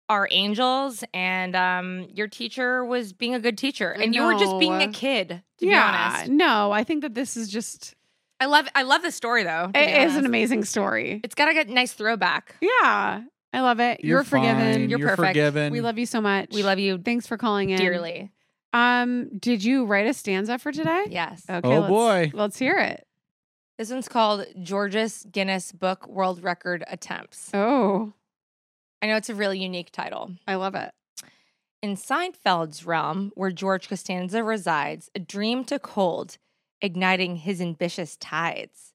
Speaker 9: are angels and um your teacher was being a good teacher. And you were just being a
Speaker 3: No.
Speaker 9: kid, to
Speaker 3: yeah.
Speaker 9: be honest.
Speaker 3: No, I think that this is just,
Speaker 9: I love I love this story though. to be
Speaker 3: it is an
Speaker 9: honest.
Speaker 3: amazing story.
Speaker 9: It's got a good, nice throwback.
Speaker 3: Yeah. I love it. You're,
Speaker 2: fine,
Speaker 3: forgiven.
Speaker 2: You're,
Speaker 9: You're perfect.
Speaker 2: forgiven.
Speaker 3: we love you so much.
Speaker 9: We love you
Speaker 3: Thanks for calling in.
Speaker 9: dearly.
Speaker 3: Um, did you write a stanza for today?
Speaker 9: Yes.
Speaker 3: Okay,
Speaker 2: Oh,
Speaker 3: let's-
Speaker 2: boy.
Speaker 3: Let's hear it.
Speaker 9: This one's called Georges Guinness Book World Record Attempts.
Speaker 3: Oh,
Speaker 9: I know it's a really unique title.
Speaker 3: I love it.
Speaker 9: In Seinfeld's realm, where George Costanza resides, a dream took hold, igniting his ambitious tides.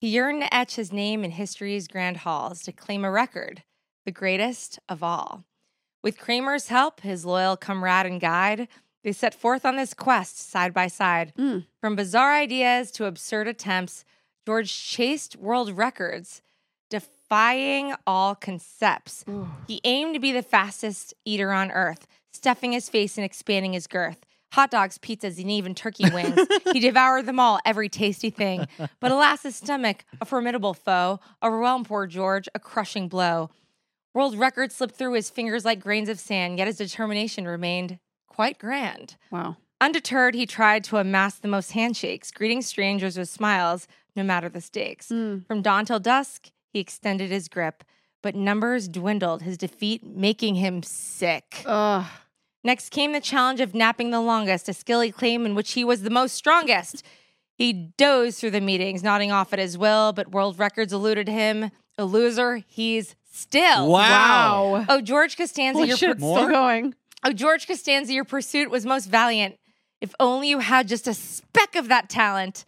Speaker 9: He yearned to etch his name in history's grand halls to claim a record, the greatest of all. With Kramer's help, his loyal comrade and guide, they set forth on this quest side by side.
Speaker 3: Mm.
Speaker 9: From bizarre ideas to absurd attempts, George chased world records, defying all concepts. He aimed to be the fastest eater on earth, stuffing his face and expanding his girth. Hot dogs, pizzas, and even turkey wings. he devoured them all, every tasty thing. But alas, his stomach, a formidable foe, overwhelmed poor George, a crushing blow. World records slipped through his fingers like grains of sand, yet his determination remained quite grand.
Speaker 3: Wow.
Speaker 9: Undeterred, he tried to amass the most handshakes, greeting strangers with smiles, no matter the stakes.
Speaker 3: Mm.
Speaker 9: From dawn till dusk, he extended his grip, but numbers dwindled, his defeat making him sick.
Speaker 3: Ugh.
Speaker 9: Next came the challenge of napping the longest, a skill he claimed in which he was the most strongest. He dozed through the meetings, nodding off at his will, but world records eluded him. A loser, he's still.
Speaker 2: Wow.
Speaker 3: Wow.
Speaker 9: Oh, George Costanza,
Speaker 3: Holy
Speaker 9: your
Speaker 3: shit, it's still going.
Speaker 9: Oh, George Costanza, your pursuit was most valiant. If only you had just a speck of that talent.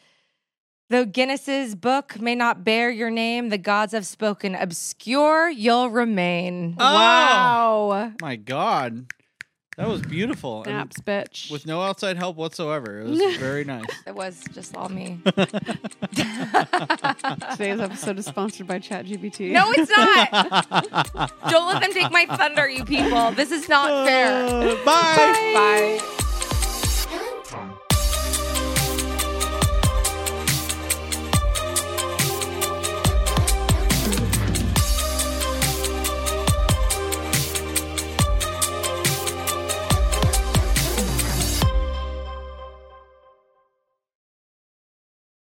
Speaker 9: Though Guinness's book may not bear your name, the gods have spoken. Obscure, you'll remain.
Speaker 2: Oh.
Speaker 3: Wow.
Speaker 2: My God, that was beautiful. And
Speaker 3: Naps, bitch.
Speaker 2: with no outside help whatsoever. It was very nice.
Speaker 9: It was just all me.
Speaker 3: Today's episode is sponsored by ChatGPT.
Speaker 9: No, it's not. Don't let them take my thunder, you people. This is not fair.
Speaker 2: Uh, bye.
Speaker 9: Bye.